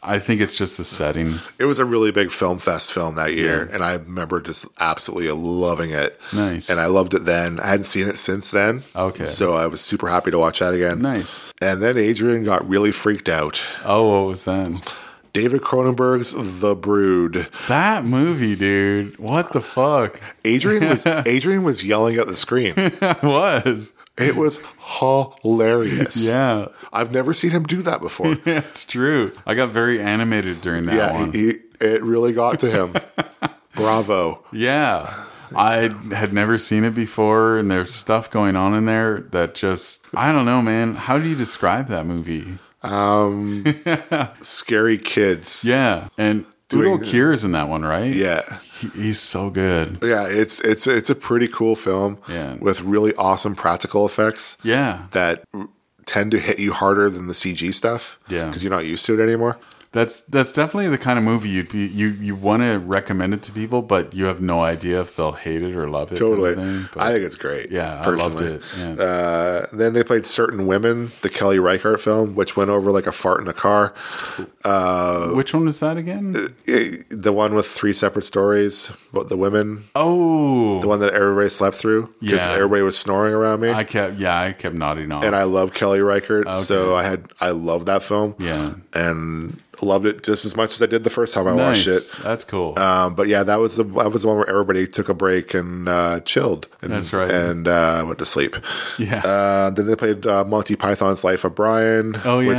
A: I think it's just the setting.
B: It was a really big film fest film that year, and I remember just absolutely loving it.
A: Nice.
B: And I loved it then. I hadn't seen it since then.
A: Okay.
B: So I was super happy to watch that again.
A: Nice.
B: And then Adrian got really freaked out.
A: Oh, what was that?
B: David Cronenberg's The Brood.
A: That movie, dude. What the fuck?
B: Adrian was Adrian was yelling at the screen.
A: I was.
B: It was hilarious.
A: Yeah.
B: I've never seen him do that before.
A: It's true. I got very animated during that
B: yeah,
A: one.
B: he, he, it really got to him. Bravo.
A: Yeah. I had never seen it before, and there's stuff going on in there that just, I don't know, man. How do you describe that movie?
B: Um, Scary kids.
A: Yeah. And Udo
B: Doing-
A: Kier is in that one, right?
B: Yeah.
A: He, he's so good.
B: Yeah, it's it's it's a pretty cool film
A: Yeah.
B: with really awesome practical effects
A: Yeah.
B: that r- tend to hit you harder than the CG stuff.
A: Yeah.
B: because you're not used to it anymore.
A: That's that's definitely the kind of movie you'd be, you, you want to recommend it to people, but you have no idea if they'll hate it or love it. kind of
B: Totally,
A: thing. But,
B: I think it's great.
A: yeah, I loved it. Yeah.
B: Uh, then they played Certain Women, the Kelly Reichardt film, which went over like a fart in a car. uh,
A: Which one was that again?
B: It- the one with three separate stories about the women,
A: Oh,
B: the one that everybody slept through because
A: Yeah.
B: everybody was snoring around me.
A: I kept, yeah, I kept nodding off.
B: and I love Kelly Reichert, so I had I loved that film.
A: Yeah.
B: and loved it just as much as I did the first time I
A: nice.
B: watched it.
A: That's cool.
B: Um, but yeah, that was the that was the one where everybody took a break and uh, chilled. And,
A: That's right.
B: And uh, went to sleep.
A: yeah.
B: Uh, then they played uh, Monty Python's Life of Brian,
A: Oh, yeah.
B: which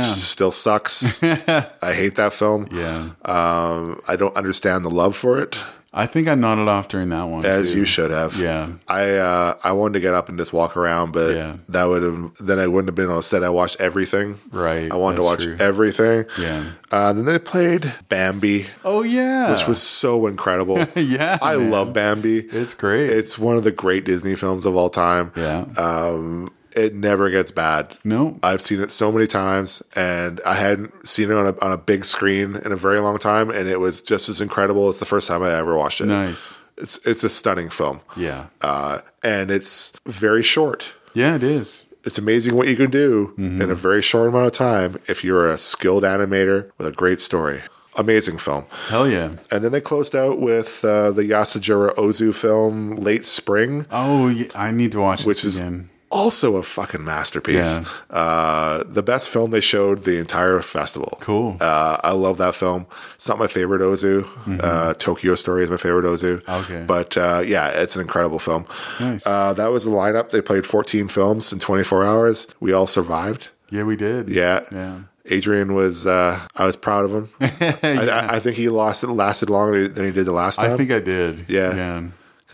B: still sucks. I hate that film.
A: yeah.
B: Um, I don't understand the love for it
A: I think I nodded off during that one.
B: as
A: too.
B: you should have.
A: Yeah.
B: I uh, I wanted to get up and just walk around, but
A: Yeah.
B: that would have then I wouldn't have been on set. I watched everything.
A: Right,
B: I wanted to
A: that's
B: watch
A: true.
B: everything.
A: Yeah.
B: Uh, then they played Bambi,
A: Oh yeah.
B: which was so incredible.
A: yeah.
B: I
A: man.
B: love Bambi.
A: It's great.
B: It's one of the great Disney films of all time.
A: yeah.
B: Um, it never gets bad.
A: No.
B: I've seen it so many times, and I hadn't seen it on a, on a big screen in a very long time, and it was just as incredible as the first time I ever watched it.
A: Nice.
B: It's it's a stunning film,
A: Yeah.
B: uh, and it's very short.
A: Yeah, it is.
B: It's amazing what you can do
A: Mm-hmm.
B: in a very short amount of time if you're a skilled animator with a great story. Amazing film.
A: Hell yeah.
B: And then they closed out with uh, the Yasujiro Ozu film Late Spring,
A: Oh, yeah, I need to watch
B: Which
A: this
B: is-
A: again.
B: also a fucking masterpiece. Uh, the best film they showed the entire festival.
A: Cool.
B: Uh, I love that film. It's not my favorite Ozu. Uh, Tokyo Story is my favorite Ozu.
A: Mm-hmm. Okay.
B: But uh, yeah, it's an incredible film.
A: Nice.
B: Uh, that was the lineup. They played 14 films in 24 hours. We all survived.
A: yeah, we did.
B: Yeah.
A: Yeah.
B: Adrian was, uh, I was proud of him. I, I, I think he lost it lasted longer than he did the last time.
A: I think I did.
B: Yeah.
A: Yeah.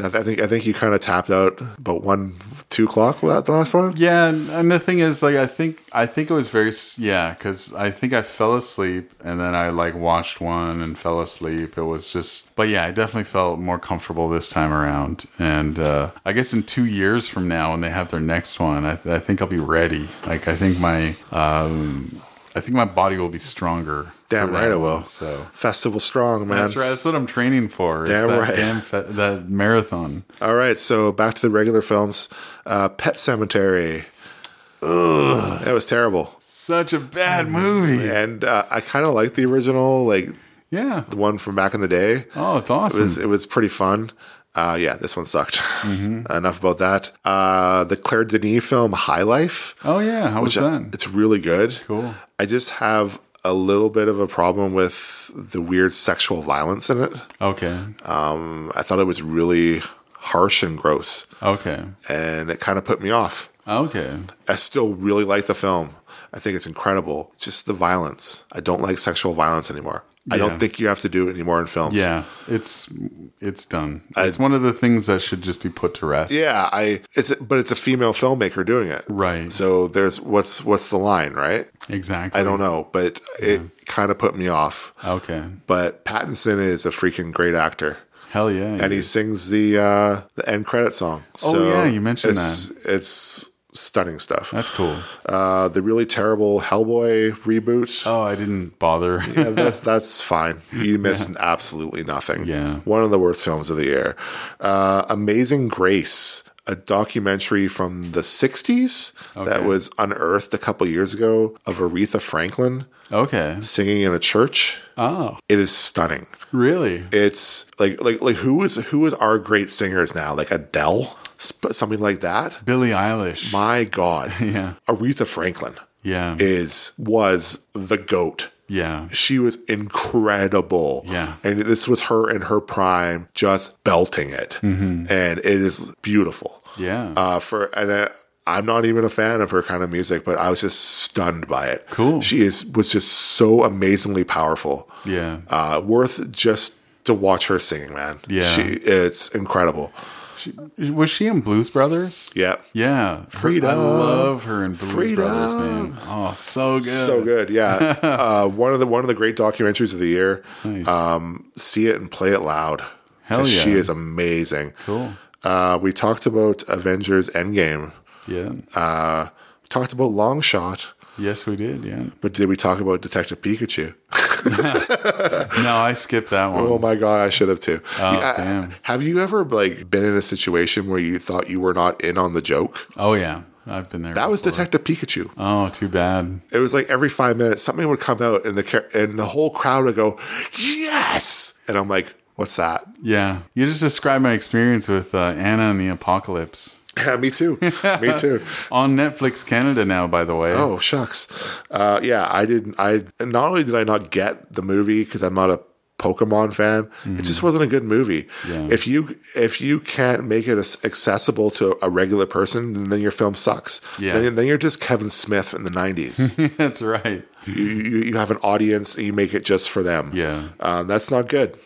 B: I th- I think I think you kind of tapped out about one, two o'clock la- the last one.
A: Yeah, and, and the thing is, like, I think I think it was very s- yeah, because I think I fell asleep and then I like watched one and fell asleep. It was just, but yeah, I definitely felt more comfortable this time around. And uh, I guess in two years from now, when they have their next one, I, th- I think I'll be ready. Like, I think my um, I think my body will be stronger.
B: Damn
A: for
B: right
A: that
B: it
A: one,
B: will.
A: So.
B: Festival strong, man.
A: That's right. That's what I'm training for. is
B: Damn
A: that
B: right.
A: Damn fe- that marathon.
B: All right, so back to the regular films. Uh, Pet Cemetery. Ugh, that was terrible.
A: Such a bad movie. Yeah.
B: And uh, I kind of liked the original, like the one from back in the day.
A: Oh, it's awesome.
B: It was, it was pretty fun. Uh, yeah, this one sucked.
A: Mm-hmm.
B: Enough about that. Uh, the Claire Denis film High Life.
A: oh yeah. How was
B: which I-
A: that?
B: It's really good.
A: Cool.
B: I just have a little bit of a problem with the weird sexual violence in it.
A: Okay.
B: Um, I thought it was really harsh and gross,
A: Okay.
B: and it kind of put me off.
A: Okay.
B: I still really like the film. I think it's incredible. It's just the violence. I don't like sexual violence anymore. I
A: Yeah.
B: don't think you have to do it anymore in films.
A: Yeah. It's it's done. it's one of the things that should just be put to rest.
B: Yeah, I it's but it's a female filmmaker doing it.
A: Right.
B: So there's what's what's the line, right?
A: Exactly.
B: I don't know, but it kind of put me off.
A: Okay.
B: But Pattinson is a freaking great actor.
A: Hell yeah.
B: And he sings the uh, the end credit song.
A: Oh, yeah, you mentioned
B: it's, that. It's stunning stuff.
A: That's cool.
B: Uh, the really terrible Hellboy reboot.
A: Oh, I didn't bother.
B: Yeah, that's that's fine. You missed absolutely nothing.
A: Yeah.
B: one of the worst films of the year. Uh, Amazing Grace, a documentary from the '60s that
A: Okay.
B: was unearthed a couple years ago of Aretha Franklin
A: okay.
B: singing in a church.
A: Oh,
B: It is stunning.
A: really?
B: It's like like like who is who is our great singers now? Like Adele, Sp- something like that.
A: Billie Eilish.
B: My God,
A: yeah.
B: Aretha Franklin
A: Yeah.
B: is was the goat
A: yeah.
B: she was incredible.
A: Yeah.
B: And this was her in her prime, just belting it.
A: Mm-hmm.
B: And it is beautiful.
A: Yeah.
B: Uh, for and I, I'm not even a fan of her kind of music, but I was just stunned by it.
A: Cool.
B: She is was just so amazingly powerful.
A: yeah.
B: Uh, worth just to watch her singing, man.
A: Yeah.
B: She it's incredible.
A: She, was she in Blues Brothers?
B: Yeah.
A: Yeah. Her- I
B: Freedom.
A: love her in Blues
B: Freedom.
A: Brothers, man. Oh, so good.
B: So good, yeah. uh, one of the one of the great documentaries of the year. Um, see it and play it loud.
A: Hell
B: 'Cause She
A: yeah.
B: is amazing.
A: Cool.
B: Uh, we talked about Avengers Endgame.
A: Yeah.
B: Uh, we talked about Long Shot,
A: yes, we did. Yeah.
B: but did we talk about Detective Pikachu?
A: No, I skipped that one.
B: Oh my god, I should have too. Yeah, uh,
A: damn.
B: Have you ever like been in a situation where you thought you were not in on the joke?
A: Oh, yeah. I've been there.
B: That was Detective Pikachu.
A: Oh, too bad.
B: It was like every five minutes something would come out, and the char- and the whole crowd would go, "Yes!" And I'm like, "What's that?"
A: Yeah. You just described my experience with uh, Anna and the Apocalypse
B: Yeah, me too. me too.
A: on Netflix Canada now, by the way.
B: Oh shucks. Uh, yeah, I didn't. I not only did I not get the movie because I'm not a Pokemon fan, it just wasn't a good movie.
A: Yeah.
B: If you if you can't make it as accessible to a regular person, then your film sucks.
A: Yeah.
B: Then, then you're just Kevin Smith in the '90s.
A: That's right.
B: you, you you have an audience and you make it just for them.
A: Yeah.
B: Um, that's not good.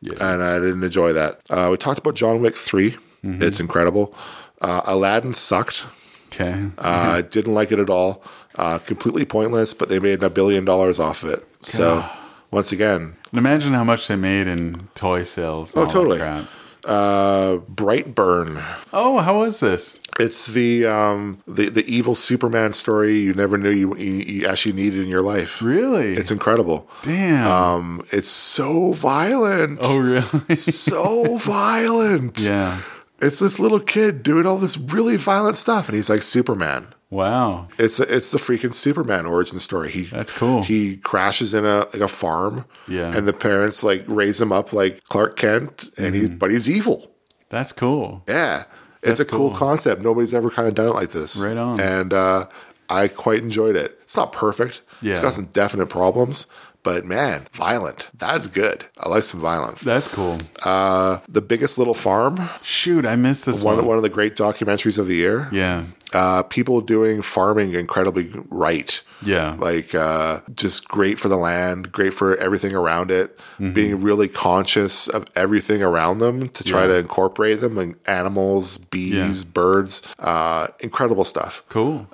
A: Yeah.
B: And I didn't enjoy that. Uh, we talked about John Wick 3.
A: Mm-hmm.
B: It's incredible. Uh, Aladdin sucked.
A: Okay.
B: Uh,
A: Mm-hmm.
B: didn't like it at all. Uh, completely pointless, but they made a billion dollars off of it. So once again,
A: And imagine how much they made in toy sales. and
B: oh
A: all that
B: totally.
A: crap.
B: Uh, Brightburn.
A: Oh, how was this?
B: It's the um, the the evil Superman story you never knew you, you, you actually needed in your life.
A: Really?
B: It's incredible.
A: Damn.
B: Um, it's so violent.
A: oh, really?
B: so violent.
A: yeah.
B: It's this little kid doing all this really violent stuff, and he's like Superman.
A: Wow.
B: It's it's the freaking Superman origin story. He
A: That's cool.
B: He crashes in a like a farm,
A: Yeah.
B: and the parents like raise him up like Clark Kent,
A: Mm-hmm.
B: and he but he's evil.
A: That's cool.
B: Yeah, it's a cool,
A: cool.
B: concept. Nobody's ever kind of done it like this.
A: Right on.
B: And uh, I quite enjoyed it. It's not perfect. It's
A: Yeah.
B: got some definite problems, but man, violent. That's good. I like some violence.
A: That's cool.
B: Uh, the biggest little farm.
A: Shoot, I missed this
B: One,
A: one.
B: one of the great documentaries of the year.
A: Yeah.
B: Uh, people doing farming incredibly right
A: Yeah.
B: like uh, just great for the land, great for everything around it,
A: Mm-hmm.
B: being really conscious of everything around them to try to incorporate them, like animals, bees, birds, uh, incredible stuff.
A: cool.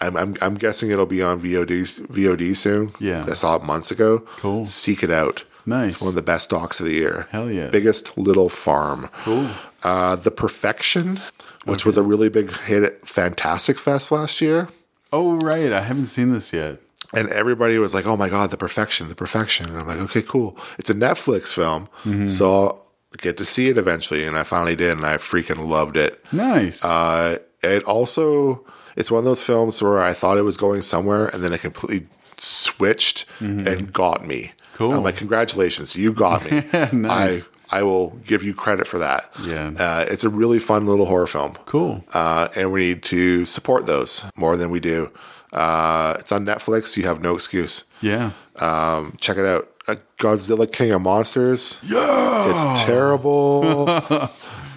B: I'm, I'm, I'm guessing it'll be on VOD VOD soon.
A: Yeah.
B: I saw it months ago.
A: Cool.
B: seek it out.
A: Nice.
B: it's one of the best docs of the year.
A: Hell yeah.
B: biggest little farm.
A: cool.
B: Uh, the Perfection, which was a really big hit at Fantastic Fest last year.
A: Oh, right. I haven't seen this yet.
B: And everybody was like, "Oh my god, the perfection, the perfection!" And I'm like, "Okay, cool. It's a Netflix film,
A: Mm-hmm.
B: so I'll get to see it eventually." And I finally did, and I freaking loved it.
A: Nice.
B: Uh, it also, it's one of those films where I thought it was going somewhere, and then it completely switched and got me.
A: Mm-hmm. Cool.
B: I'm like, "Congratulations, you got me."
A: Nice.
B: I I will give you credit for that.
A: Yeah.
B: uh, it's a really fun little horror film
A: cool.
B: uh, and we need to support those more than we do. Uh, it's on Netflix. You have no excuse.
A: Yeah.
B: Um, check it out. Uh, Godzilla King of Monsters.
A: Yeah.
B: It's terrible.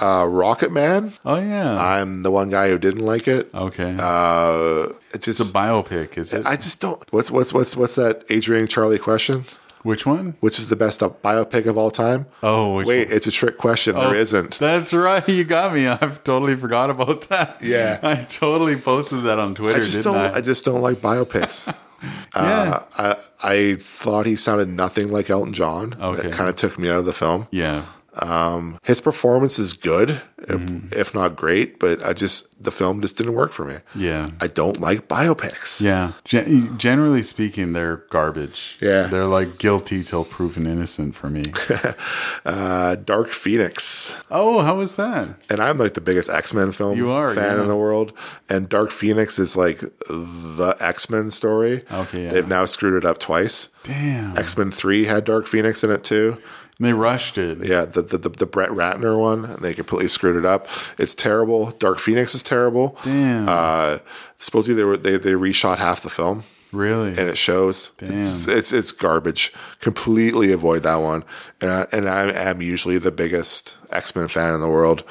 B: uh, Rocket Man.
A: Oh, yeah.
B: I'm the one guy who didn't like it.
A: Okay.
B: Uh, it just.
A: Biopic, is it?
B: I just don't. What's what's what's what's that Adrian Charlie question?
A: Which one?
B: Which is the best biopic of all time?
A: Oh, which
B: Wait, it's a trick question. there isn't.
A: That's right. You got me. I've totally forgot about that.
B: Yeah.
A: I totally posted that on Twitter,
B: I just
A: didn't
B: don't. uh,
A: I?
B: I just don't like biopics.
A: yeah.
B: I I thought he sounded nothing like Elton John.
A: Okay.
B: It kind of took me out of the film.
A: yeah.
B: His performance is good, if-
A: Mm-hmm.
B: if not great, but I just the film just didn't work for me.
A: Yeah.
B: I don't like biopics.
A: Mm-hmm. Yeah. Gen- generally speaking, they're garbage.
B: Yeah.
A: They're like guilty till proven innocent for me.
B: Uh, Dark Phoenix,
A: oh, how was that?
B: and I'm like the biggest X Men film
A: You are,
B: fan
A: yeah.
B: in the world, and Dark Phoenix is like the X Men story.
A: Okay, yeah.
B: they've now screwed it up twice.
A: Damn.
B: X Men Three had Dark Phoenix in it too.
A: And they rushed it.
B: Yeah, the, the the the Brett Ratner one, and they completely screwed it up. It's terrible. Dark Phoenix is terrible.
A: Damn.
B: Uh, supposedly they were they they reshot half the film,
A: really?
B: and it shows. It's, it's it's garbage. Completely avoid that one. And I, and I am usually the biggest X Men fan in the world.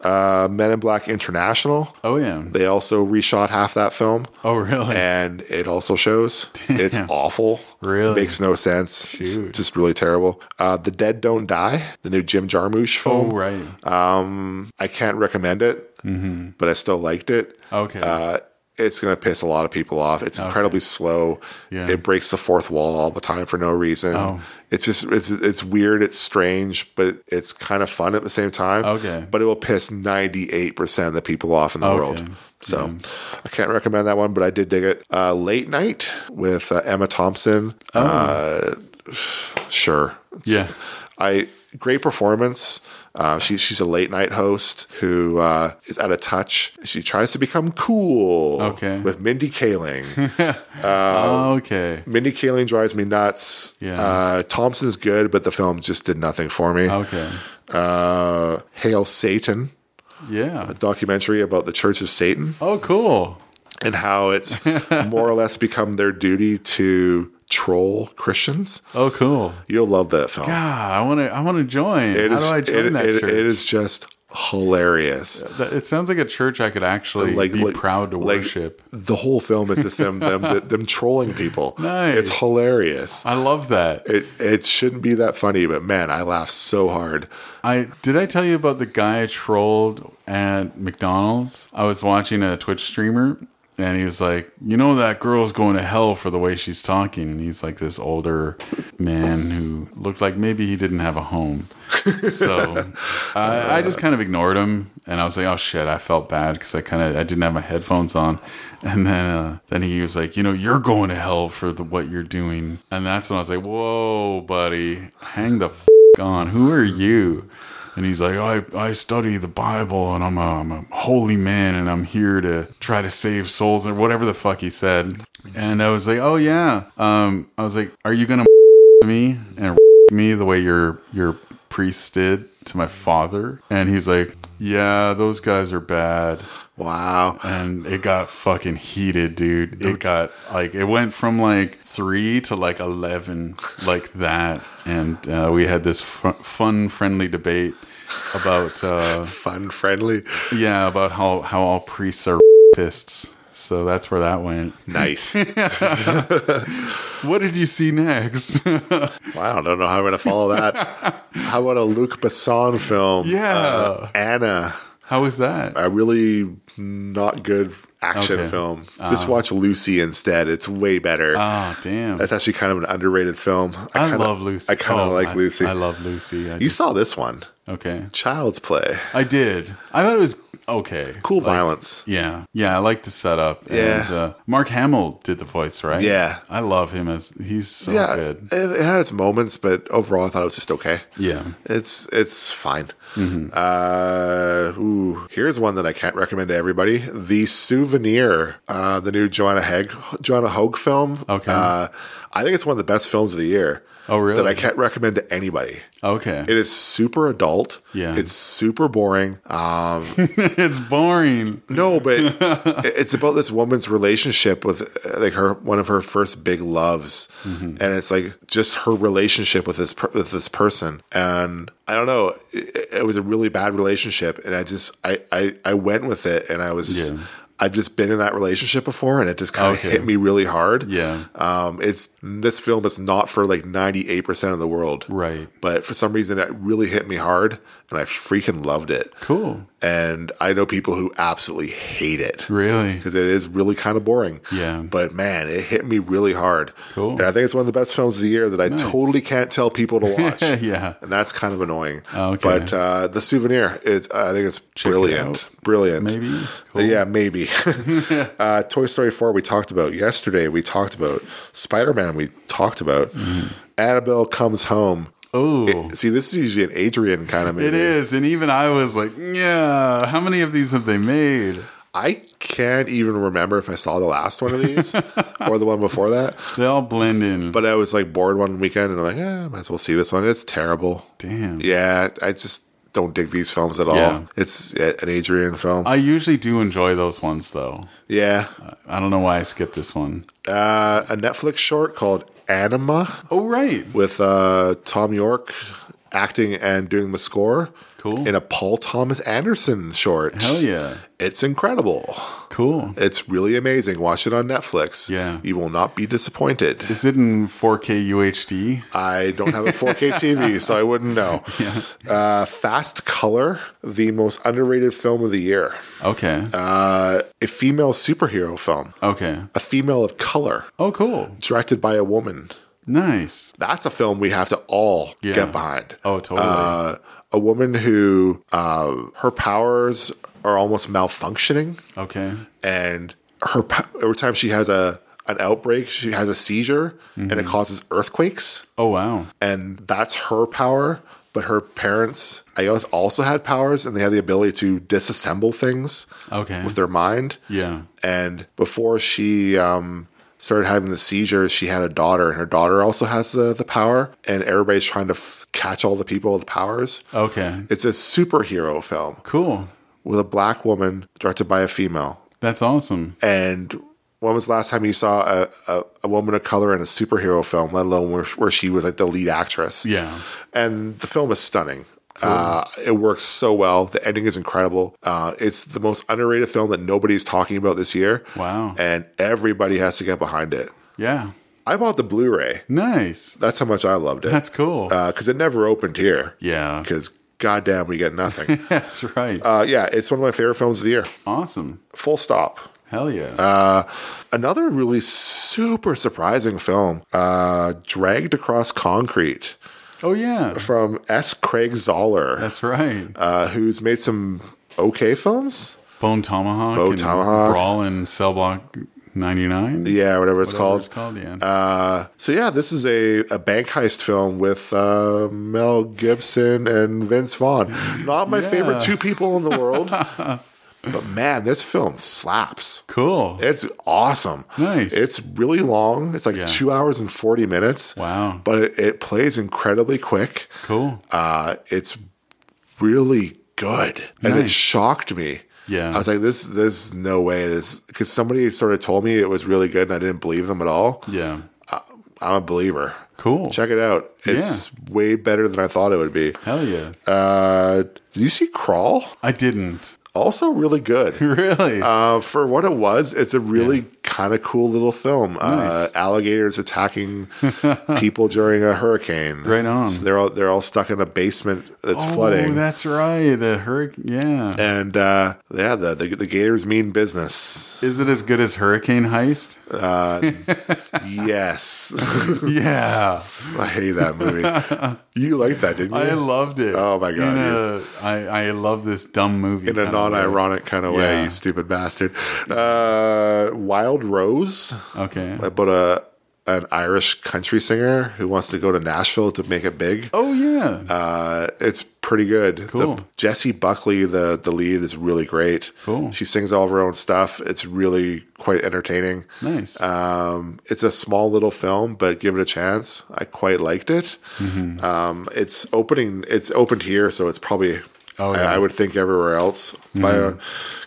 B: Uh, Men in Black International.
A: oh, yeah.
B: They also reshot half that film.
A: Oh, really?
B: And it also shows. It's awful.
A: Really?
B: Makes no sense. It's
A: Shoot.
B: just really terrible. Uh, the Dead Don't Die, the new Jim Jarmusch
A: oh,
B: film.
A: right.
B: I can't recommend it,
A: Mm-hmm.
B: but I still liked it.
A: Okay.
B: Uh, it's going to piss a lot of people off. It's incredibly slow.
A: Yeah.
B: It breaks the fourth wall all the time for no reason.
A: Oh.
B: It's just it's it's weird, it's strange, but it's kind of fun at the same time.
A: Okay.
B: But it will piss 98% of the people off in the world. So I can't recommend that one, but I did dig it. Uh, Late Night with uh, Emma Thompson.
A: Oh.
B: Uh, sure.
A: Yeah.
B: I great performance. Uh, she, she's a late night host who uh, is out of touch. She tries to become cool
A: Okay.
B: with Mindy Kaling.
A: okay.
B: Mindy Kaling drives me nuts.
A: Yeah. Oh.
B: Uh, Thompson's good, but the film just did nothing for me.
A: Okay.
B: Uh, Hail Satan,
A: Yeah.
B: a documentary about the Church of Satan
A: Oh, cool.
B: and how it's more or less become their duty to troll Christians.
A: Oh, cool.
B: You'll love that film.
A: Ah, I want to. I want to join.
B: It
A: How
B: is-
A: do I join
B: it-
A: that
B: it-
A: church?
B: it is just hilarious.
A: That- it sounds like a church I could actually
B: like
A: be
B: like-
A: proud to
B: like,
A: worship.
B: The whole film is just them them them trolling people.
A: Nice.
B: It's hilarious.
A: I love that.
B: It it shouldn't be that funny, but man, I laughed so hard.
A: I did I tell you about the guy I trolled at McDonald's? I was watching a Twitch streamer and he was like, "You know that girl's going to hell for the way she's talking." And he's like this older man who looked like maybe he didn't have a home. So I, I just kind of ignored him, and I was like, "Oh shit!" I felt bad because I kind of I didn't have my headphones on. And then uh, then he was like, "You know, you're going to hell for the what you're doing," and that's when I was like, "Whoa, buddy, hang the f- on! Who are you?" And he's like, I, I study the Bible and I'm a, I'm a holy man and I'm here to try to save souls or whatever the fuck he said. And I was like, oh yeah. Um, I was like, are you going to me and me the way your, your priest did to my father? And he's like, yeah, those guys are bad.
B: Wow.
A: And it got fucking heated, dude. It got like, it went from like three to like 11, like that. And uh, we had this fu- fun, friendly debate about, uh,
B: Fun, friendly.
A: yeah, about how, how all priests are fists. So that's where that went.
B: Nice.
A: What did you see next?
B: wow. I don't know how I'm going to follow that. How about a Luc Besson film?
A: Yeah.
B: Uh, Anna.
A: how was that?
B: a really not good action
A: Okay. Uh.
B: film. Just watch Lucy instead. It's way better.
A: Oh, damn.
B: That's actually kind of an underrated film.
A: I
B: kinda-
A: love Lucy.
B: I kind of
A: Oh,
B: like
A: I-
B: Lucy.
A: I love Lucy. I
B: you
A: just,
B: saw this one,
A: okay.
B: Child's Play.
A: I did. I thought it was okay.
B: Cool violence.
A: Yeah, yeah, I like the setup.
B: Yeah.
A: and, uh, Mark Hamill did the voice, right?
B: Yeah.
A: I love him as he's so
B: Yeah,
A: good.
B: it, it had its moments, but overall, I thought it was just okay.
A: Yeah,
B: It's it's fine.
A: Mm-hmm.
B: Uh, ooh, here's one that I can't recommend to everybody: The Souvenir, uh, the new Joanna Haig, Joanna Hogue film.
A: Okay.
B: uh, I think it's one of the best films of the year.
A: Oh, really?
B: That I can't recommend to anybody.
A: okay.
B: It is super adult.
A: Yeah.
B: It's super boring. Um,
A: it's boring.
B: no, but it- it's about this woman's relationship with uh, like her one of her first big loves,
A: Mm-hmm.
B: and it's like just her relationship with this per- with this person. And I don't know, it, it was a really bad relationship, and I just I I, I went with it, and I was.
A: Yeah.
B: I've just been in that relationship before, and it just kind of
A: Okay.
B: hit me really hard.
A: Yeah.
B: um, it's this film is not for like ninety eight percent of the world,
A: Right.
B: But for some reason, it really hit me hard, and I freaking loved it
A: Cool.
B: and I know people who absolutely hate it
A: Really.
B: because it is really kind of boring.
A: Yeah.
B: but man, it hit me really hard.
A: Cool.
B: and I think it's one of the best films of the year that I totally can't tell people to watch.
A: yeah.
B: And that's kind of annoying.
A: Okay.
B: But uh, the souvenir is, I think it's brilliant. brilliant.
A: Maybe? Cool.
B: Yeah, maybe. uh, Toy Story 4, we talked about yesterday. We talked about Spider Man, we talked about.
A: Mm-hmm.
B: Annabelle Comes Home.
A: Oh,
B: It- see, this is usually an Adrian kind of movie.
A: it is. And even I was like, yeah. How many of these have they made?
B: I can't even remember if I saw the last one of these or the one before that.
A: They all blend in.
B: But I was like bored one weekend and I'm like, eh, might as well see this one. It's terrible.
A: damn.
B: Yeah, I just don't dig these films at all.
A: Yeah.
B: It's an Adrian film.
A: I usually do enjoy those ones though.
B: yeah.
A: I don't know why I skipped this one.
B: Uh, a Netflix short called Anima
A: Oh right.
B: with uh, Tom York acting and doing the score.
A: Cool.
B: In a Paul Thomas Anderson short.
A: Hell yeah.
B: It's incredible.
A: Cool.
B: It's really amazing. Watch it on Netflix.
A: Yeah.
B: You will not be disappointed.
A: Is it in 4K UHD?
B: I don't have a 4K TV, so I wouldn't know. Uh, Fast Color, the most underrated film of the year.
A: Okay.
B: Uh, a female superhero film,
A: okay.
B: a female of color,
A: Oh cool.
B: directed by a woman.
A: Nice.
B: That's a film we have to all
A: Yeah.
B: get behind.
A: Oh totally.
B: Uh, a woman who uh, her powers are almost malfunctioning,
A: okay.
B: and her po- every time she has a an outbreak, she has a seizure, and
A: Mm-hmm.
B: it causes earthquakes.
A: Oh wow.
B: and that's her power. But her parents, I guess, also had powers, and they had the ability to disassemble things
A: Okay.
B: with their mind.
A: yeah.
B: And before she um, started having the seizures, she had a daughter, and her daughter also has the, the power. And everybody's trying to f- catch all the people with the powers.
A: Okay.
B: It's a superhero film
A: Cool.
B: with a black woman directed by a female.
A: That's awesome.
B: And when was the last time you saw a, a, a woman of color in a superhero film, let alone where, where she was like the lead actress?
A: Yeah.
B: and the film is stunning. Uh, it works so well. The ending is incredible. Uh, it's the most underrated film that nobody's talking about this year.
A: Wow.
B: And everybody has to get behind it.
A: Yeah.
B: I bought the Blu ray.
A: Nice.
B: That's how much I loved it.
A: That's cool.
B: Because it never opened here.
A: yeah.
B: Because goddamn, we get nothing.
A: That's right.
B: uh, yeah, it's one of my favorite films of the year.
A: awesome.
B: Full stop.
A: Hell yeah.
B: Uh, another really super surprising film, uh, Dragged Across Concrete
A: oh yeah.
B: from S. Craig Zoller,
A: That's right.
B: uh, who's made some okay films.
A: Bone Tomahawk.
B: Bone
A: and
B: Tomahawk.
A: Brawl in Cell Block 99.
B: Yeah, whatever it's
A: Whatever
B: called.
A: it's called, yeah.
B: Uh, so yeah, this is a, a bank heist film with uh, Mel Gibson and Vince Vaughn. Not my
A: Yeah.
B: favorite two people in the world, but man, this film slaps.
A: cool.
B: It's awesome.
A: Nice.
B: It's really long. It's like
A: Yeah.
B: two hours and forty minutes.
A: Wow.
B: But it, it plays incredibly quick.
A: cool.
B: Uh, it's really good, and it
A: Nice.
B: shocked me.
A: Yeah.
B: I was like, this, there's no way this, because somebody sort of told me it was really good, and I didn't believe them at all.
A: yeah.
B: I'm a believer.
A: Cool.
B: Check it out. It's way better than I thought it would be.
A: Hell yeah.
B: Uh, did you see Crawl?
A: I didn't.
B: Also, really
A: Hmm.
B: good.
A: Really?
B: Uh, for what it was, it's a really kind of cool little film. Uh,
A: Nice.
B: alligators attacking people during a hurricane.
A: Right on.
B: So they're all they're all stuck in a basement that's
A: oh,
B: flooding.
A: that's right. The hurricane. Yeah.
B: and uh, yeah, the, the the gators mean business.
A: Is it as good as Hurricane Heist?
B: yes,
A: yeah.
B: I hate that movie. You liked that, didn't you?
A: I loved it.
B: Oh, my God,
A: In a- I I love this dumb movie.
B: in a non-ironic kind of way,
A: Yeah.
B: you stupid bastard. Uh, Wild Rose,
A: Okay.
B: about a an Irish country singer who wants to go to Nashville to make it big.
A: Oh yeah.
B: Uh, it's pretty good.
A: Cool.
B: The, Jessie Buckley, the the lead, is really great.
A: Cool.
B: She sings all of her own stuff. It's really quite entertaining.
A: nice.
B: Um, it's a small little film, but give it a chance. I quite liked it.
A: Mm-hmm.
B: Um, it's opening. It's opened here, so it's probably.
A: Oh,
B: I-
A: yeah. Mm-hmm.
B: I, would think everywhere else by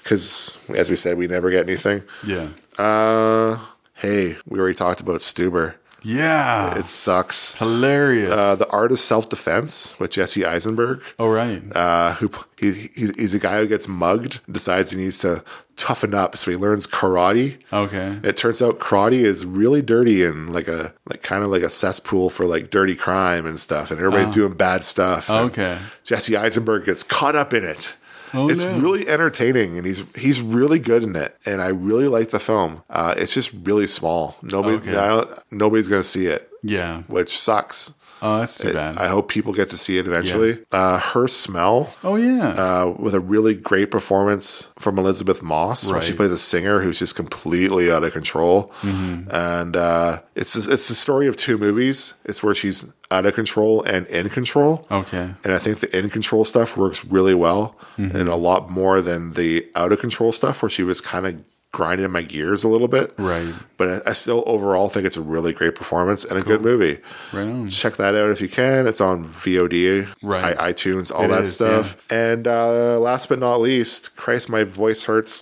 B: because as we said, we never get anything.
A: yeah.
B: Uh, hey, we already talked about Stuber.
A: Yeah.
B: It
A: It's
B: sucks.
A: hilarious.
B: Uh, the art is self defense with Jesse Eisenberg.
A: oh right.
B: Uh, who he, he's, he's a guy who gets mugged, decides he needs to toughen up, so he learns karate.
A: okay.
B: It turns out karate is really dirty and like a like kind of like a cesspool for like dirty crime and stuff, and everybody's doing bad stuff. and
A: Ah. Okay.
B: Jesse Eisenberg gets caught up in it.
A: Oh,
B: it's
A: no.
B: really entertaining, and he's he's really good in it, and I really like the film. Uh, it's just really small. Nobody,
A: Okay.
B: I don't, nobody's gonna see it,
A: Yeah.
B: which sucks.
A: Oh, that's too bad.
B: I hope people get to see it eventually. Uh, her smell
A: oh yeah.
B: uh, with a really great performance from Elizabeth Moss. where She
A: Right.
B: plays a singer who's just completely out of control,
A: Mm-hmm.
B: and uh, it's it's the story of two movies. It's where she's out of control and in control.
A: okay.
B: And I think the in control stuff works really well,
A: Mm-hmm.
B: and a lot more than the out of control stuff where she was kind of grinding my gears a little bit.
A: Right.
B: But I, I still overall think it's a really great performance and a good movie
A: Right on.
B: Mm. check that out if you can. It's on VOD,
A: Right.
B: I, iTunes, all
A: It
B: that
A: is,
B: stuff. And uh, last but not least, Christ, my voice hurts.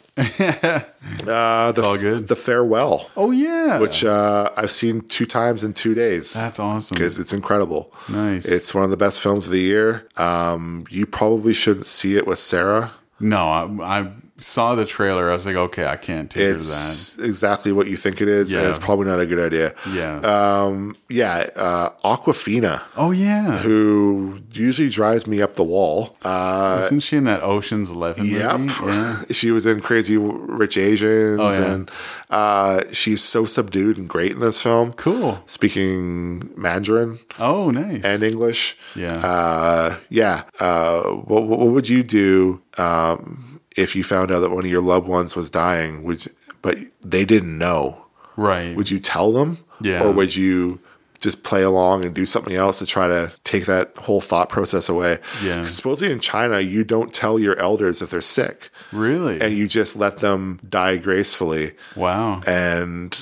B: uh, the,
A: all good.
B: The farewell,
A: Oh yeah.
B: which uh, I've seen two times in two days.
A: that's awesome.
B: because it's incredible.
A: Nice.
B: It's one of the best films of the year. Um, you probably shouldn't see it with Sarah.
A: No, I, I saw the trailer. I was like, okay, I can't take her to that.
B: It's exactly what you think it is, and
A: Yeah.
B: it's probably not a good idea.
A: Yeah.
B: Um, yeah. Uh, Aquafina.
A: oh yeah.
B: who usually drives me up the wall. Uh,
A: Isn't she in that Ocean's Eleven
B: yep.
A: movie? Yeah.
B: She was in Crazy Rich Asians,
A: Oh, yeah.
B: and uh, she's so subdued and great in this film.
A: Cool.
B: Speaking Mandarin
A: Oh, nice.
B: and English.
A: Yeah.
B: Uh, yeah. Uh, what, what would you do um, if you found out that one of your loved ones was dying? Would you, but they didn't know.
A: right.
B: Would you tell them?
A: Yeah.
B: Or would you just play along and do something else to try to take that whole thought process away?
A: Yeah.
B: 'Cause Supposedly in China, you don't tell your elders if they're sick
A: really?
B: and you just let them die gracefully.
A: wow.
B: And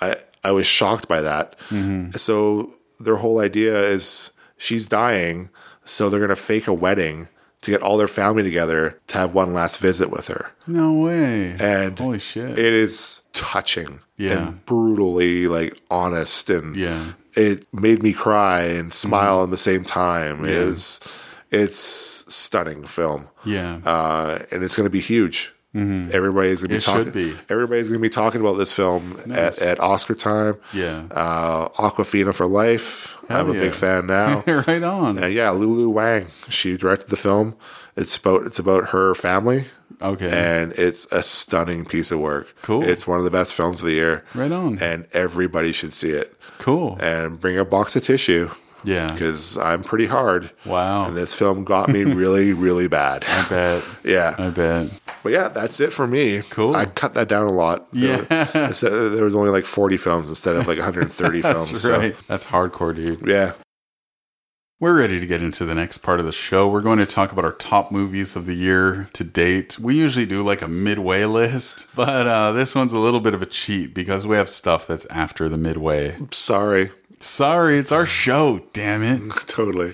B: I, I was shocked by that.
A: Mm-hmm.
B: So their whole idea is she's dying. So they're going to fake a wedding to get all their family together to have one last visit with her
A: no way.
B: and
A: holy shit.
B: it is touching
A: Yeah.
B: and brutally like honest and
A: Yeah. Mm-hmm.
B: it made me cry and smile at the same time It
A: Yeah.
B: is it's stunning film
A: yeah.
B: uh and Uh, it's going to be huge Everybody's gonna
A: Mm-hmm.
B: be
A: It
B: talking.
A: should be.
B: Everybody's gonna be talking about this film
A: Nice.
B: at, at Oscar time.
A: Yeah.
B: uh, Aquafina for life. I'm a
A: yeah.
B: big fan now.
A: right on.
B: uh, And yeah, Lulu Wang. She directed the film. It's about it's about her family,
A: Okay.
B: and it's a stunning piece of work.
A: Cool.
B: It's one of the best films of the year,
A: right on.
B: and everybody should see it.
A: cool.
B: And bring a box of tissue
A: yeah.
B: because I'm pretty hard.
A: Wow.
B: And this film got me really, really bad.
A: I bet.
B: yeah.
A: I bet.
B: But yeah, that's it for me.
A: Cool.
B: I cut that down a lot. There
A: Yeah.
B: were- instead- there was only like 40 films instead of like 130 films.
A: That's right. That's hardcore, dude.
B: So, yeah.
A: We're ready to get into the next part of the show. We're going to talk about our top movies of the year to date. We usually do like a midway list, but uh, this one's a little bit of a cheat because we have stuff that's after the midway.
B: Sorry.
A: Sorry, it's our show, damn it.
B: totally.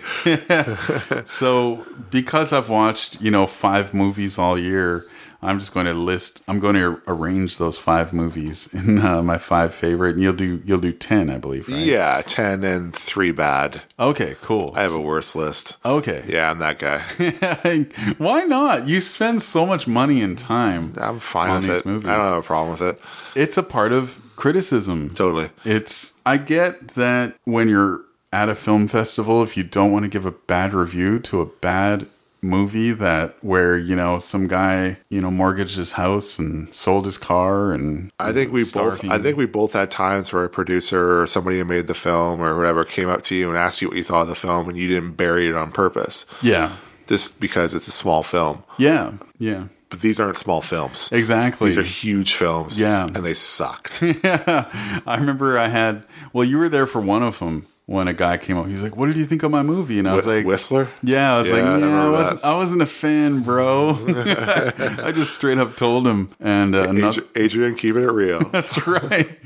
A: So, because I've watched, you know, five movies all year, I'm just going to list. I'm going to arrange those five movies in uh, my five favorite, and you'll do you'll do ten, I believe. Right?
B: Yeah. 10 and three bad.
A: Okay. Cool.
B: I have a worse list.
A: okay.
B: Yeah, I'm that guy.
A: Why not? You spend so much money and time.
B: I'm fine
A: On
B: with
A: these
B: it.
A: movies.
B: I don't have a problem with it.
A: It's a part of criticism.
B: Totally.
A: It's I get that when you're at a film festival, if you don't want to give a bad review to a bad movie that where you know some guy you know mortgaged his house and sold his car and
B: I think we both. I think we both had times where a producer or somebody who made the film or whatever came up to you and asked you what you thought of the film, and you didn't bury it on purpose,
A: yeah
B: just because it's a small film.
A: yeah yeah
B: But these aren't small films;
A: exactly
B: these are huge films.
A: Yeah.
B: and they sucked.
A: I remember I had well you were there for one of them when a guy came up he's like what did you think of my movie and I was like
B: Whistler.
A: Yeah, I was
B: Yeah,
A: like,
B: I
A: yeah, I,
B: remember
A: wasn't, I wasn't a fan, bro. I just straight up told him, and uh, another,
B: Adri- Adrian keeping it real.
A: that's right.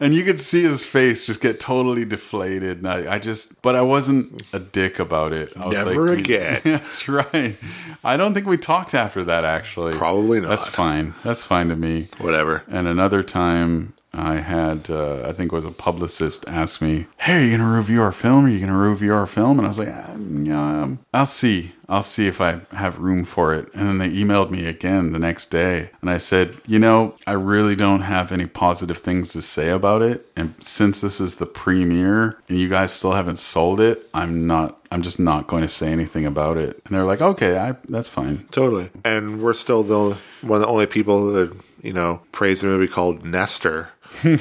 A: And you could see his face just get totally deflated. And I, I just, but I wasn't a dick about it. I was
B: Never
A: like,
B: again.
A: That's right. I don't think we talked after that. Actually,
B: Probably not.
A: That's fine. That's fine to me.
B: Whatever.
A: And another time I had, uh, I think it was a publicist asked me, Hey, are you going to review our film? Are you going to review our film? And I was like, um, yeah, um, I'll see. I'll see if I have room for it. And then they emailed me again the next day. And I said, You know, I really don't have any positive things to say about it. And since this is the premiere and you guys still haven't sold it, I'm not. I'm just not going to say anything about it. And they're like, okay, I, that's fine.
B: Totally. And we're still the one of the only people that you know praised a movie called Nestor,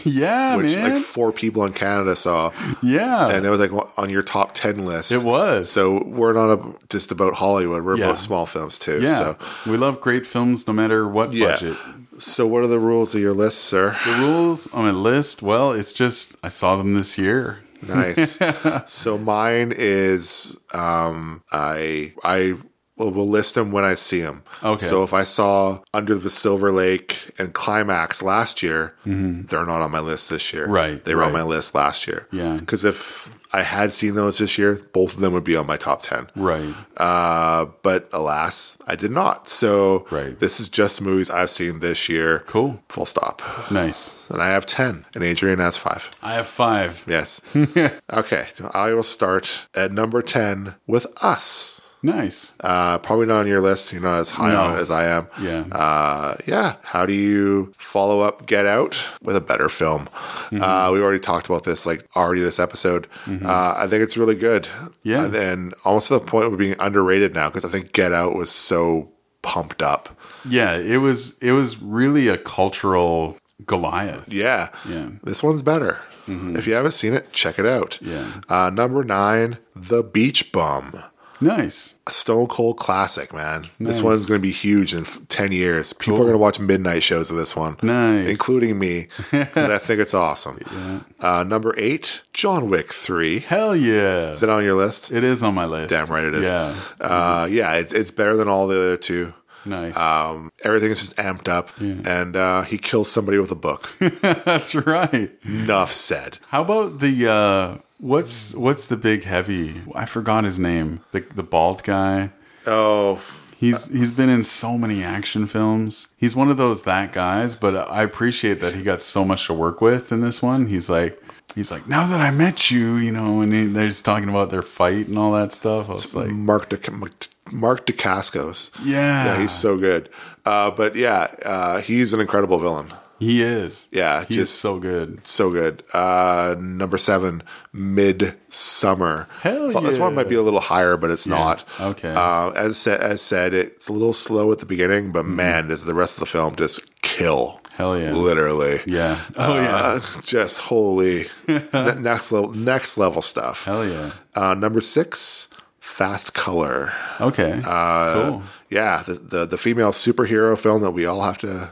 A: yeah,
B: which
A: man.
B: like four people in Canada saw,
A: yeah.
B: and it was like on your top ten list.
A: it was.
B: So we're not a, just about Hollywood. We're
A: Yeah.
B: about small films too.
A: Yeah,
B: So,
A: we love great films no matter what
B: Yeah.
A: budget.
B: so what are the rules of your list, sir?
A: The rules on my list, well, it's just I saw them this year.
B: Nice. so mine is um, I I will, will list them when I see them.
A: Okay.
B: So if I saw Under the Silver Lake and Climax last year, they're not on my list this year.
A: Mm-hmm. Right,
B: They were on
A: right.
B: my list last year.
A: Yeah.
B: Because if I had seen those this year, both of them would be on my top ten.
A: Right.
B: Uh, but alas, I did not. So
A: Right.
B: this is just movies I've seen this year.
A: Cool.
B: Full stop.
A: Nice.
B: And I have 10, and Adrian has five.
A: I have five.
B: Yes. okay. So I will start at number 10 with Us.
A: Nice.
B: Uh, probably not on your list. You're not as high
A: No.
B: on it as I am.
A: Yeah.
B: Uh, yeah. How do you follow up Get Out with a better film?
A: Mm-hmm.
B: Uh, we already talked about this, like already this episode. Uh, I think it's really good.
A: Yeah.
B: And then almost to the point of being underrated now because I think Get Out was so pumped up.
A: Yeah, it was it was really a cultural Goliath.
B: Yeah.
A: Yeah. Mm-hmm.
B: This one's better. If you haven't seen it, check it out.
A: Yeah.
B: Uh, number nine, The Beach Bum.
A: Nice.
B: A Stone Cold classic, man. This one's going to be huge in f- 10 years. People are going to watch midnight shows of this one.
A: Nice.
B: Including me, 'cause I think it's awesome. Uh, number eight, John Wick 3.
A: Hell yeah.
B: Is it on your list?
A: It is on my list.
B: Damn right it is.
A: Yeah.
B: Uh, yeah, it's, it's better than all the other two.
A: Nice.
B: Um, everything's just amped up. And uh, he kills somebody with a book.
A: That's right.
B: Enough said.
A: How about the uh what's what's the big heavy? I forgot his name. The the bald guy.
B: Oh,
A: He's he's been in so many action films. He's one of those that guys, but I appreciate that he got so much to work with in this one. He's like, He's like, now that I met you, you know, and he, they're just talking about their fight and all that stuff. I was like,
B: Mark De, Mark- Mark DeCascos.
A: yeah,
B: Yeah, he's so good. Uh, but yeah, uh, he's an incredible villain.
A: he is.
B: Yeah,
A: he's
B: just-
A: so good.
B: So good. Uh, number seven, Midsummer.
A: Hell
B: Thought This one
A: yeah.
B: might be a little higher, but it's not.
A: okay.
B: Uh, as sa- as said, it's a little slow at the beginning, but man, does the rest of the film just kill?
A: Mm-hmm. Hell yeah.
B: Literally.
A: Yeah. Oh yeah.
B: Uh, just holy ne- next level, next level stuff.
A: Hell yeah.
B: Uh, number six, Fast Color.
A: Okay.
B: Uh,
A: cool.
B: Yeah, the, the the female superhero film that we all have to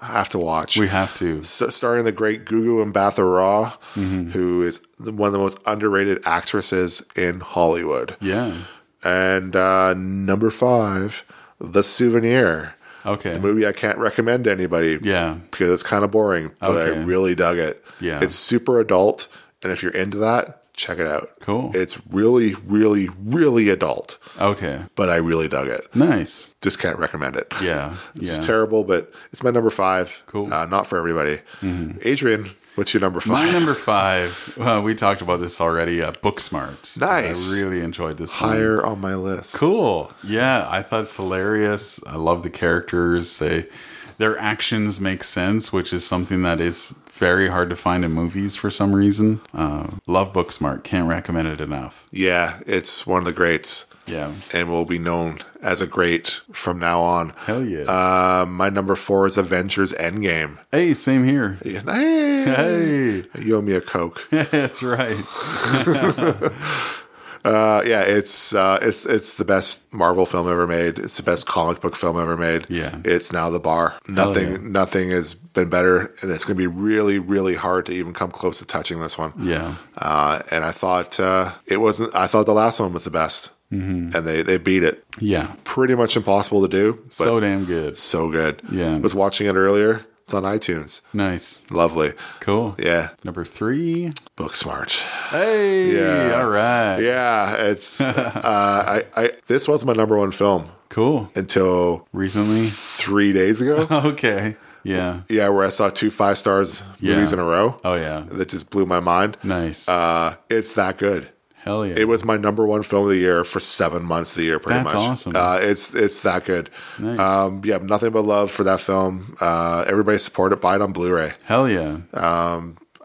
B: have to watch.
A: We have to.
B: S- starring the great Gugu Mbatha Raw,
A: Mm-hmm.
B: who is the- one of the most underrated actresses in Hollywood.
A: Yeah.
B: And uh, number five, The Souvenir.
A: Okay.
B: The movie I can't recommend to anybody.
A: Yeah.
B: Because it's kind of boring, but
A: Okay.
B: I really dug it.
A: Yeah.
B: It's super adult. And if you're into that, check it out.
A: Cool.
B: It's really, really, really adult,
A: Okay.
B: but I really dug it.
A: Nice.
B: Just can't recommend it.
A: Yeah.
B: It's
A: yeah.
B: just terrible, but it's my number five.
A: Cool. Mm-hmm.
B: Uh, not for everybody. Adrian, what's your number five?
A: My number five. Well, we talked about this already. Uh, Booksmart.
B: Nice.
A: I really enjoyed this. one.
B: higher on my list.
A: Cool. Yeah, I thought it's hilarious. I love the characters. They their actions make sense, which is something that is very hard to find in movies for some reason. Uh, love Booksmart. Can't recommend it enough.
B: Yeah, it's one of the greats
A: Yeah.
B: and will be known as a great from now on.
A: Hell yeah.
B: Uh, my number four is Avengers Endgame.
A: hey, same here.
B: Yeah, Hey,
A: Hey,
B: you owe me a Coke.
A: that's right.
B: Uh, yeah, it's uh, it's it's the best Marvel film ever made. It's the best comic book film ever made.
A: Yeah.
B: it's now the bar. Nothing
A: yeah.
B: nothing has been better, and it's going to be really really hard to even come close to touching this one.
A: Yeah.
B: Uh, and I thought uh, it wasn't. I thought the last one was the best,
A: Mm-hmm.
B: and they they beat it.
A: Yeah.
B: Pretty much impossible to do. But
A: so damn good.
B: so good.
A: Yeah.
B: was watching it earlier. It's on iTunes.
A: Nice.
B: Lovely.
A: Cool.
B: Yeah,
A: Number three.
B: book smart.
A: Hey.
B: Yeah.
A: All right.
B: Yeah, it's. uh, I, I this was my number one film
A: Cool.
B: until
A: Recently.
B: three days ago.
A: Okay. Yeah.
B: yeah, where I saw two five stars
A: Yeah. Mm.
B: movies in a row.
A: Oh yeah.
B: That just blew my mind.
A: Nice.
B: Uh, it's that good.
A: Hell yeah.
B: It was my number one film of the year for seven months of the year, pretty
A: That's
B: much.
A: awesome.
B: Uh, it's it's that good.
A: Nice.
B: Um, yeah, nothing but love for that film. Uh, everybody support it. Buy it on Blu-ray.
A: Hell yeah.
B: Uh,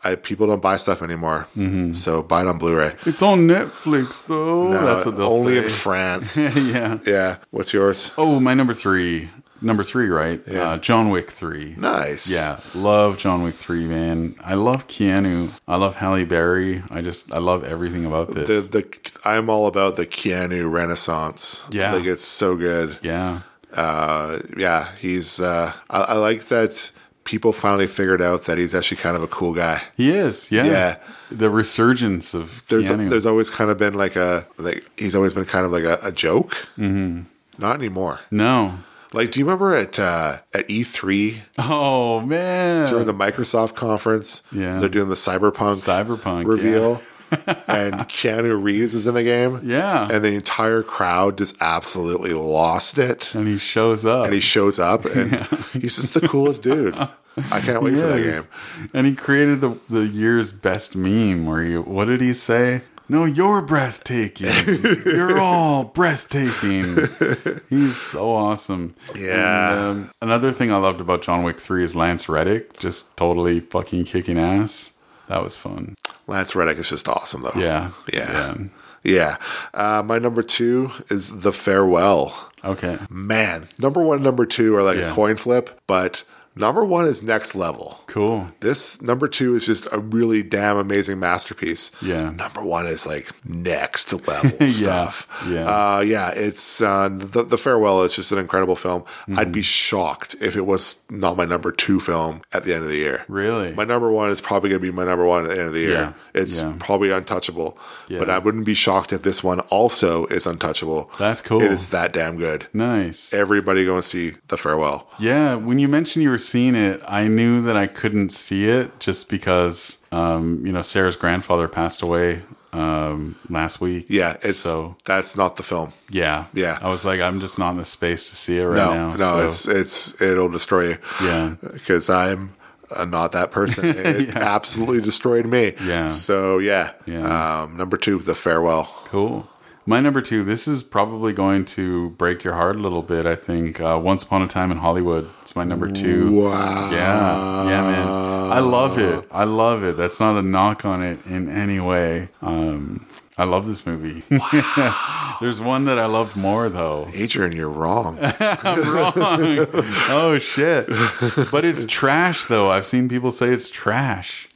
B: I, people don't buy stuff anymore,
A: Mm-hmm.
B: so buy it on Blu-ray.
A: It's on Netflix though. That's what they'll
B: only
A: say.
B: in France.
A: yeah.
B: yeah. What's yours?
A: Oh, my number three. Number three, right? Yeah. Uh, John Wick three.
B: Nice.
A: Yeah, love John Wick three, man. I love Keanu. I love Halle Berry. I just I love everything about this.
B: The the I'm all about the Keanu Renaissance.
A: Yeah.
B: like it's so good.
A: yeah,
B: Uh, yeah, he's. Uh, I, I like that people finally figured out that he's actually kind of a cool guy.
A: he is. Yeah.
B: Yeah.
A: the resurgence of
B: There's
A: Keanu.
B: there's always kind of been like a like he's always been kind of like a, a joke. Mm-hmm. Not anymore.
A: no.
B: Like, do you remember at uh, at E3
A: Oh man.
B: during the Microsoft conference?
A: Yeah.
B: they're doing the cyberpunk
A: Cyberpunk yeah.
B: reveal. and Keanu Reeves was in the game.
A: Yeah.
B: And the entire crowd just absolutely lost it.
A: And he shows up.
B: And he shows up and he's just the coolest dude. I can't wait for that
A: Yes.
B: game.
A: And he created the the year's best meme where he what did he say? No, you're breathtaking. you're all breathtaking. He's so awesome.
B: Yeah.
A: And, um, another thing I loved about John Wick 3 is Lance Reddick just totally fucking kicking ass. That was fun.
B: Lance Reddick is just awesome though.
A: Yeah.
B: Yeah. Yeah. Uh, my number two is The Farewell.
A: Okay.
B: Man, number one and number two are like
A: Yeah.
B: a coin flip, but number one is next level.
A: Cool.
B: This number two is just a really damn amazing masterpiece.
A: Yeah.
B: Number one is like next level stuff.
A: yeah.
B: Uh, yeah. It's uh, the, the Farewell is just an incredible film.
A: Mm-hmm.
B: I'd be shocked if it was not my number two film at the end of the year.
A: Really?
B: My number one is probably going to be my number one at the end of the year.
A: Yeah.
B: It's
A: Yeah.
B: probably untouchable, but
A: Yeah.
B: I wouldn't be shocked if this one also is untouchable.
A: That's cool.
B: It is that damn good.
A: nice.
B: Everybody go and see The Farewell.
A: Yeah, when you mentioned you were seeing it, I knew that I couldn't see it just because, um, you know, Sarah's grandfather passed away um, last week.
B: Yeah, it's
A: so
B: that's not the film.
A: yeah,
B: yeah.
A: I was like, I'm just not in the space to see it right
B: No,
A: now.
B: no,
A: so,
B: it's it's it'll destroy you.
A: yeah,
B: because I'm I'm not that person. It absolutely destroyed me.
A: Yeah.
B: So yeah.
A: Yeah.
B: Um, number two, the farewell.
A: Cool. My number two, this is probably going to break your heart a little bit, I think. Uh, Once Upon a Time in Hollywood. It's my number two.
B: Wow.
A: Yeah, yeah, man. I love it. I love it. That's not a knock on it in any way. Um, I love this movie. There's one that I loved more though.
B: Adrian, you're wrong.
A: oh shit! But it's trash though. I've seen people say it's trash.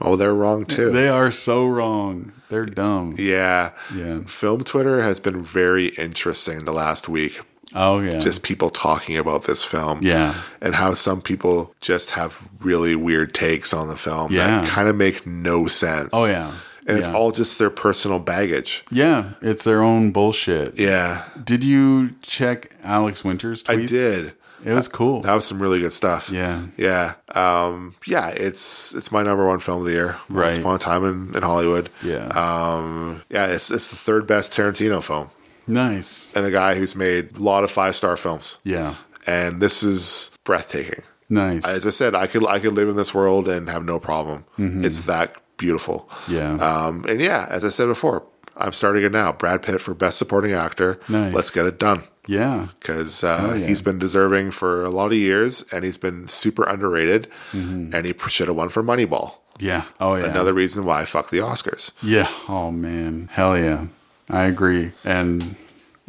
B: oh, they're wrong too.
A: They are so wrong. They're dumb.
B: yeah.
A: Yeah.
B: Film Twitter has been very interesting the last week.
A: Oh yeah.
B: Just people talking about this film.
A: yeah.
B: and how some people just have really weird takes on the film
A: Yeah.
B: that kind of make no sense.
A: Oh yeah.
B: And it's
A: Yeah.
B: all just their personal baggage.
A: Yeah, it's their own bullshit.
B: Yeah.
A: Did you check Alex Winter's tweets?
B: I did.
A: It was cool.
B: That was some really good stuff.
A: yeah.
B: Yeah. Um, yeah, it's it's my number one film of the year.
A: Right.
B: Once upon a time in, in Hollywood.
A: Yeah.
B: Um, yeah, it's it's the third best Tarantino film.
A: Nice.
B: And a guy who's made a lot of five star films.
A: Yeah.
B: And this is breathtaking.
A: Nice.
B: As I said, I could I could live in this world and have no problem. It's that beautiful.
A: Mm-hmm. yeah.
B: Um, and yeah, as I said before, I'm starting it now. Brad Pitt for Best Supporting Actor.
A: Nice.
B: Let's get it done
A: yeah.
B: because uh,
A: Oh, yeah.
B: he's been deserving for a lot of years, and he's been super underrated. And he should have won for Moneyball.
A: Yeah. Oh Mm-hmm. yeah.
B: Another reason why fuck the Oscars.
A: Yeah. Oh man. Hell yeah. I agree. And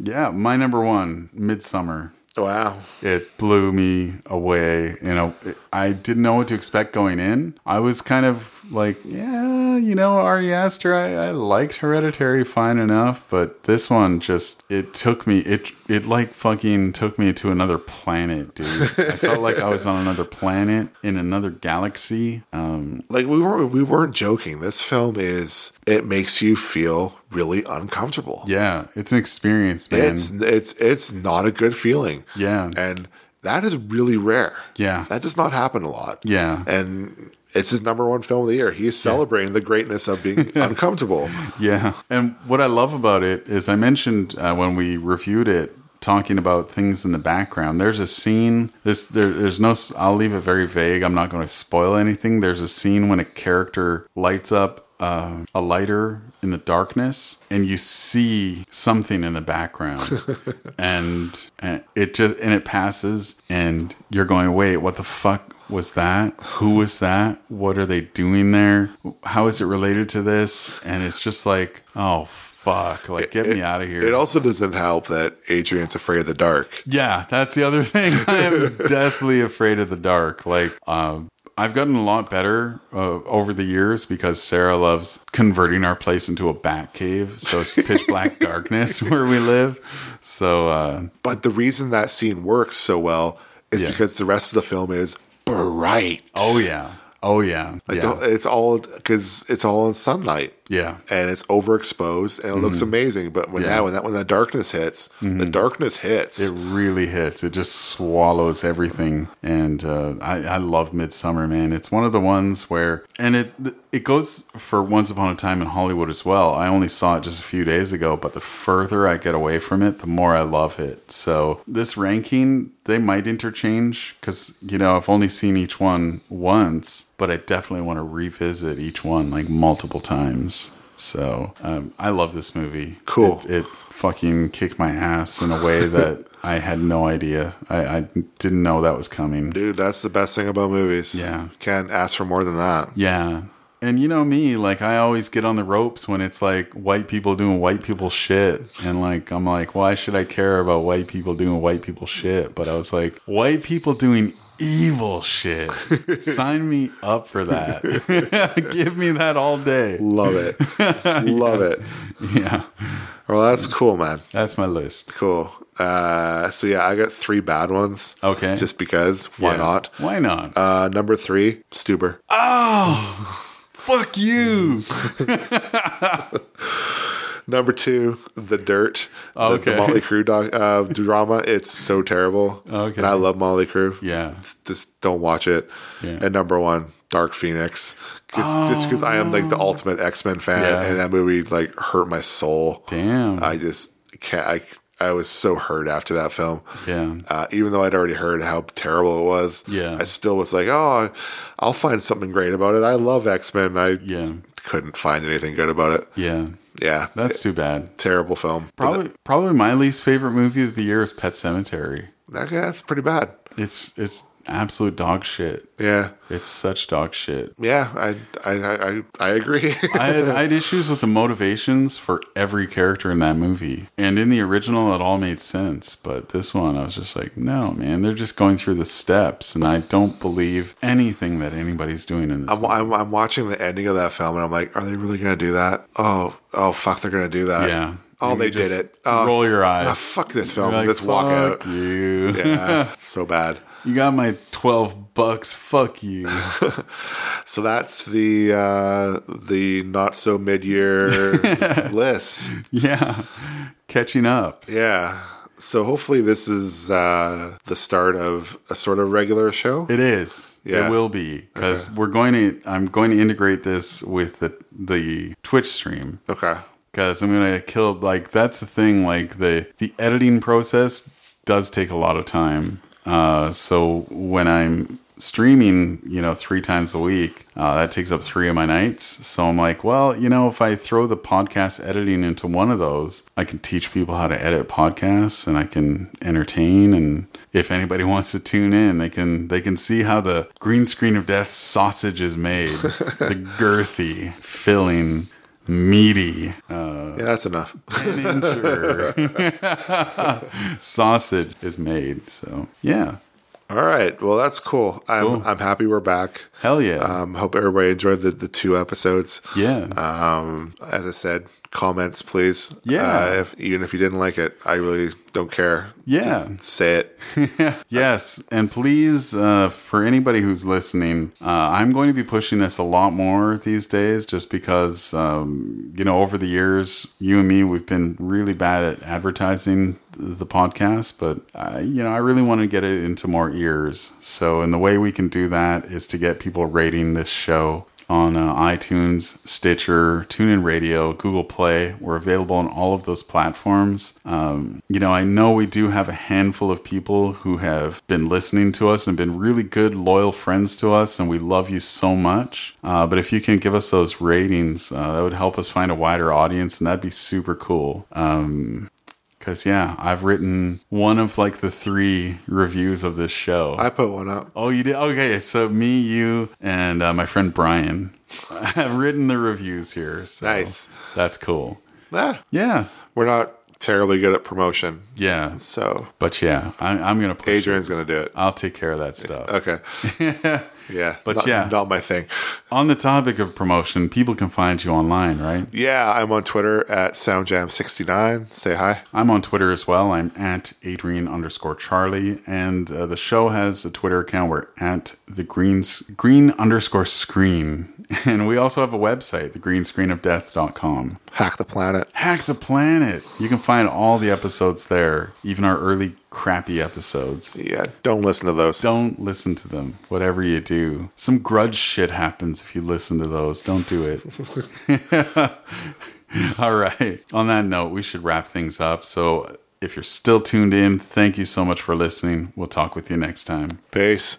A: yeah, my number one, Midsummer.
B: Wow.
A: It blew me away. You know, I didn't know what to expect going in. I was kind of like, yeah, you know, Ari Aster. I, I liked Hereditary fine enough, but this one just it took me. It it like fucking took me to another planet, dude. I felt like I was on another planet in another galaxy. Um,
B: Like we weren't we weren't joking. This film is it makes you feel really uncomfortable.
A: yeah, it's an experience, man.
B: It's it's it's not a good feeling.
A: yeah.
B: And that is really rare.
A: Yeah.
B: That does not happen a lot.
A: Yeah.
B: And it's his number one film of the year. He is celebrating the greatness of being uncomfortable.
A: Yeah. And what I love about it is I mentioned uh, when we reviewed it, talking about things in the background. There's a scene. There's there, there's no. s- I'll leave it very vague. I'm not going to spoil anything. There's a scene when a character lights up uh, a lighter in the darkness, and you see something in the background, and, and it just and it passes, and you're going, wait, what the fuck? was that? Who was that? What are they doing there? How is it related to this? And it's just like, oh fuck, like get me out of here.
B: It also doesn't help that Adrian's afraid of the dark.
A: yeah, that's the other thing. I am deathly afraid of the dark. Like, um, I've gotten a lot better uh, over the years because Sarah loves converting our place into a bat cave, so it's pitch black darkness where we live. So uh,
B: But the reason that scene works so well is
A: Yeah.
B: because the rest of the film is bright.
A: oh yeah, oh yeah,
B: Don't-
A: yeah,
B: It's all because it's all in sunlight.
A: yeah.
B: And it's overexposed and it looks amazing. But when
A: Mm-hmm. Yeah. Mm-hmm.
B: that when that when that darkness hits, the darkness hits.
A: It really hits. It just swallows everything, and uh, I, I love Midsummer, man. It's one of the ones where, and it it goes for Once Upon a Time in Hollywood as well. I only saw it just a few days ago, but the further I get away from it, the more I love it. So this ranking, they might interchange because you know I've only seen each one once, but I definitely want to revisit each one like multiple times. So um, I love this movie.
B: Cool.
A: It- it fucking kicked my ass in a way that I had no idea. I, I didn't know that was coming.
B: Dude, that's the best thing about movies.
A: Yeah.
B: Can't ask for more than that.
A: Yeah. And you know me, like I always get on the ropes when it's like white people doing white people shit. And like I'm like, why should I care about white people doing white people shit? But I was like, white people doing evil shit. Sign me up for that. Give me that all day.
B: Love it. Love it.
A: Yeah.
B: Well, that's cool, man.
A: That's my list.
B: Cool. Uh, so yeah, I got three bad ones.
A: Okay.
B: Just because, why
A: Yeah.
B: not?
A: Why not?
B: Uh, number three, Stuber.
A: Fuck you.
B: Number two, The Dirt. The- The,
A: Oh, Okay.
B: Motley Crue doc, uh, drama. It's so terrible.
A: Okay.
B: And I love Motley Crue.
A: Yeah.
B: Just don't watch it.
A: Yeah.
B: And number one, Dark Phoenix. 'Cause- just because I am like the ultimate X Men fan,
A: Oh. Yeah.
B: and that movie like hurt my soul.
A: Damn.
B: I just can't. I I was so hurt after that film.
A: Yeah.
B: Uh, even though I'd already heard how terrible it was,
A: Yeah.
B: I still was like, oh, I'll find something great about it. I love X Men. I
A: Yeah.
B: couldn't find anything good about it.
A: Yeah.
B: Yeah,
A: That's too bad.
B: terrible film. But
A: Probably probably my least favorite movie of the year is Pet Cemetery.
B: that guy's pretty bad.
A: It's it's absolute dog shit.
B: Yeah,
A: It's such dog shit.
B: yeah, I I I, I- I agree.
A: I had, I had issues with the motivations for every character in that movie. And in the original, it all made sense. But this one, I was just like, no, man, they're just going through the steps. And I don't believe anything that anybody's doing in this.
B: I'm, I'm, I'm watching the ending of that film and I'm like, are they really going to do that? Oh, oh, fuck, they're going to do that.
A: yeah.
B: Oh,
A: You
B: they
A: just
B: did it. Oh,
A: roll your eyes.
B: ah, fuck this film.
A: You're like,
B: Let's walk
A: "Fuck
B: out.
A: You.
B: Yeah, so bad.
A: you got my 12 bucks. Fuck you.
B: So that's the uh, the not so mid year list.
A: yeah. Catching up.
B: Yeah. So hopefully this is uh, the start of a sort of regular show.
A: It is.
B: Yeah.
A: It will be because we're going to. I'm going to integrate this with the the Twitch stream
B: Okay.
A: because I'm gonna kill. Like that's the thing. Like the the editing process does take a lot of time. Uh, so when I'm streaming, you know, three times a week, uh, that takes up three of my nights. So I'm like, well, you know, if I throw the podcast editing into one of those, I can teach people how to edit podcasts and I can entertain. And if anybody wants to tune in, they can they can see how the green screen of death sausage is made, the girthy filling. Meaty
B: Yeah, that's enough.
A: Incher. sausage is made. So yeah,
B: All right. Well, that's cool. I'm, I'm happy we're back.
A: hell yeah,
B: Um, hope everybody enjoyed the, the two episodes.
A: yeah,
B: Um, as I said, comments, please.
A: Yeah.
B: Uh, if, even if you didn't like it, I really don't care.
A: Yeah.
B: Just say it.
A: yes. And please, uh, for anybody who's listening, uh, I'm going to be pushing this a lot more these days, just because um, you know over the years, you and me, we've been really bad at advertising the podcast, but uh, you know, I really want to get it into more ears. So, and the way we can do that is to get people rating this show on uh, iTunes, Stitcher, TuneIn Radio, Google Play. We're available on all of those platforms. Um, you know, I know we do have a handful of people who have been listening to us and been really good, loyal friends to us, and we love you so much. Uh, but if you can give us those ratings, uh, that would help us find a wider audience, and that'd be super cool. Because, yeah, I've written one of like the three reviews of this show.
B: I put one up.
A: Oh, you did? Okay, so me, you, and uh, my friend Brian have written the reviews here. So
B: Nice.
A: That's cool.
B: Ah,
A: Yeah.
B: we're not terribly good at promotion.
A: Yeah.
B: So
A: But yeah, I, I'm going to push. it.
B: Adrian's going to do it.
A: I'll take care of that stuff.
B: Okay. yeah.
A: But
B: not,
A: yeah.
B: Not my thing.
A: On the topic of promotion, people can find you online, right?
B: Yeah, I'm on Twitter at SoundJam69. Say hi.
A: I'm on Twitter as well. I'm at Adrian underscore Charlie, and uh, the show has a Twitter account. We're at the greens green underscore screen, and we also have a website, thegreenscreenofdeath.com.
B: Hack the planet.
A: Hack the Planet. You can find all the episodes there, even our early crappy episodes.
B: Yeah, don't listen to those.
A: Don't listen to them, whatever you do. Some grudge shit happens if you listen to those. Don't do it. all right. On that note, we should wrap things up. So if you're still tuned in, thank you so much for listening. We'll talk with you next time.
B: Peace.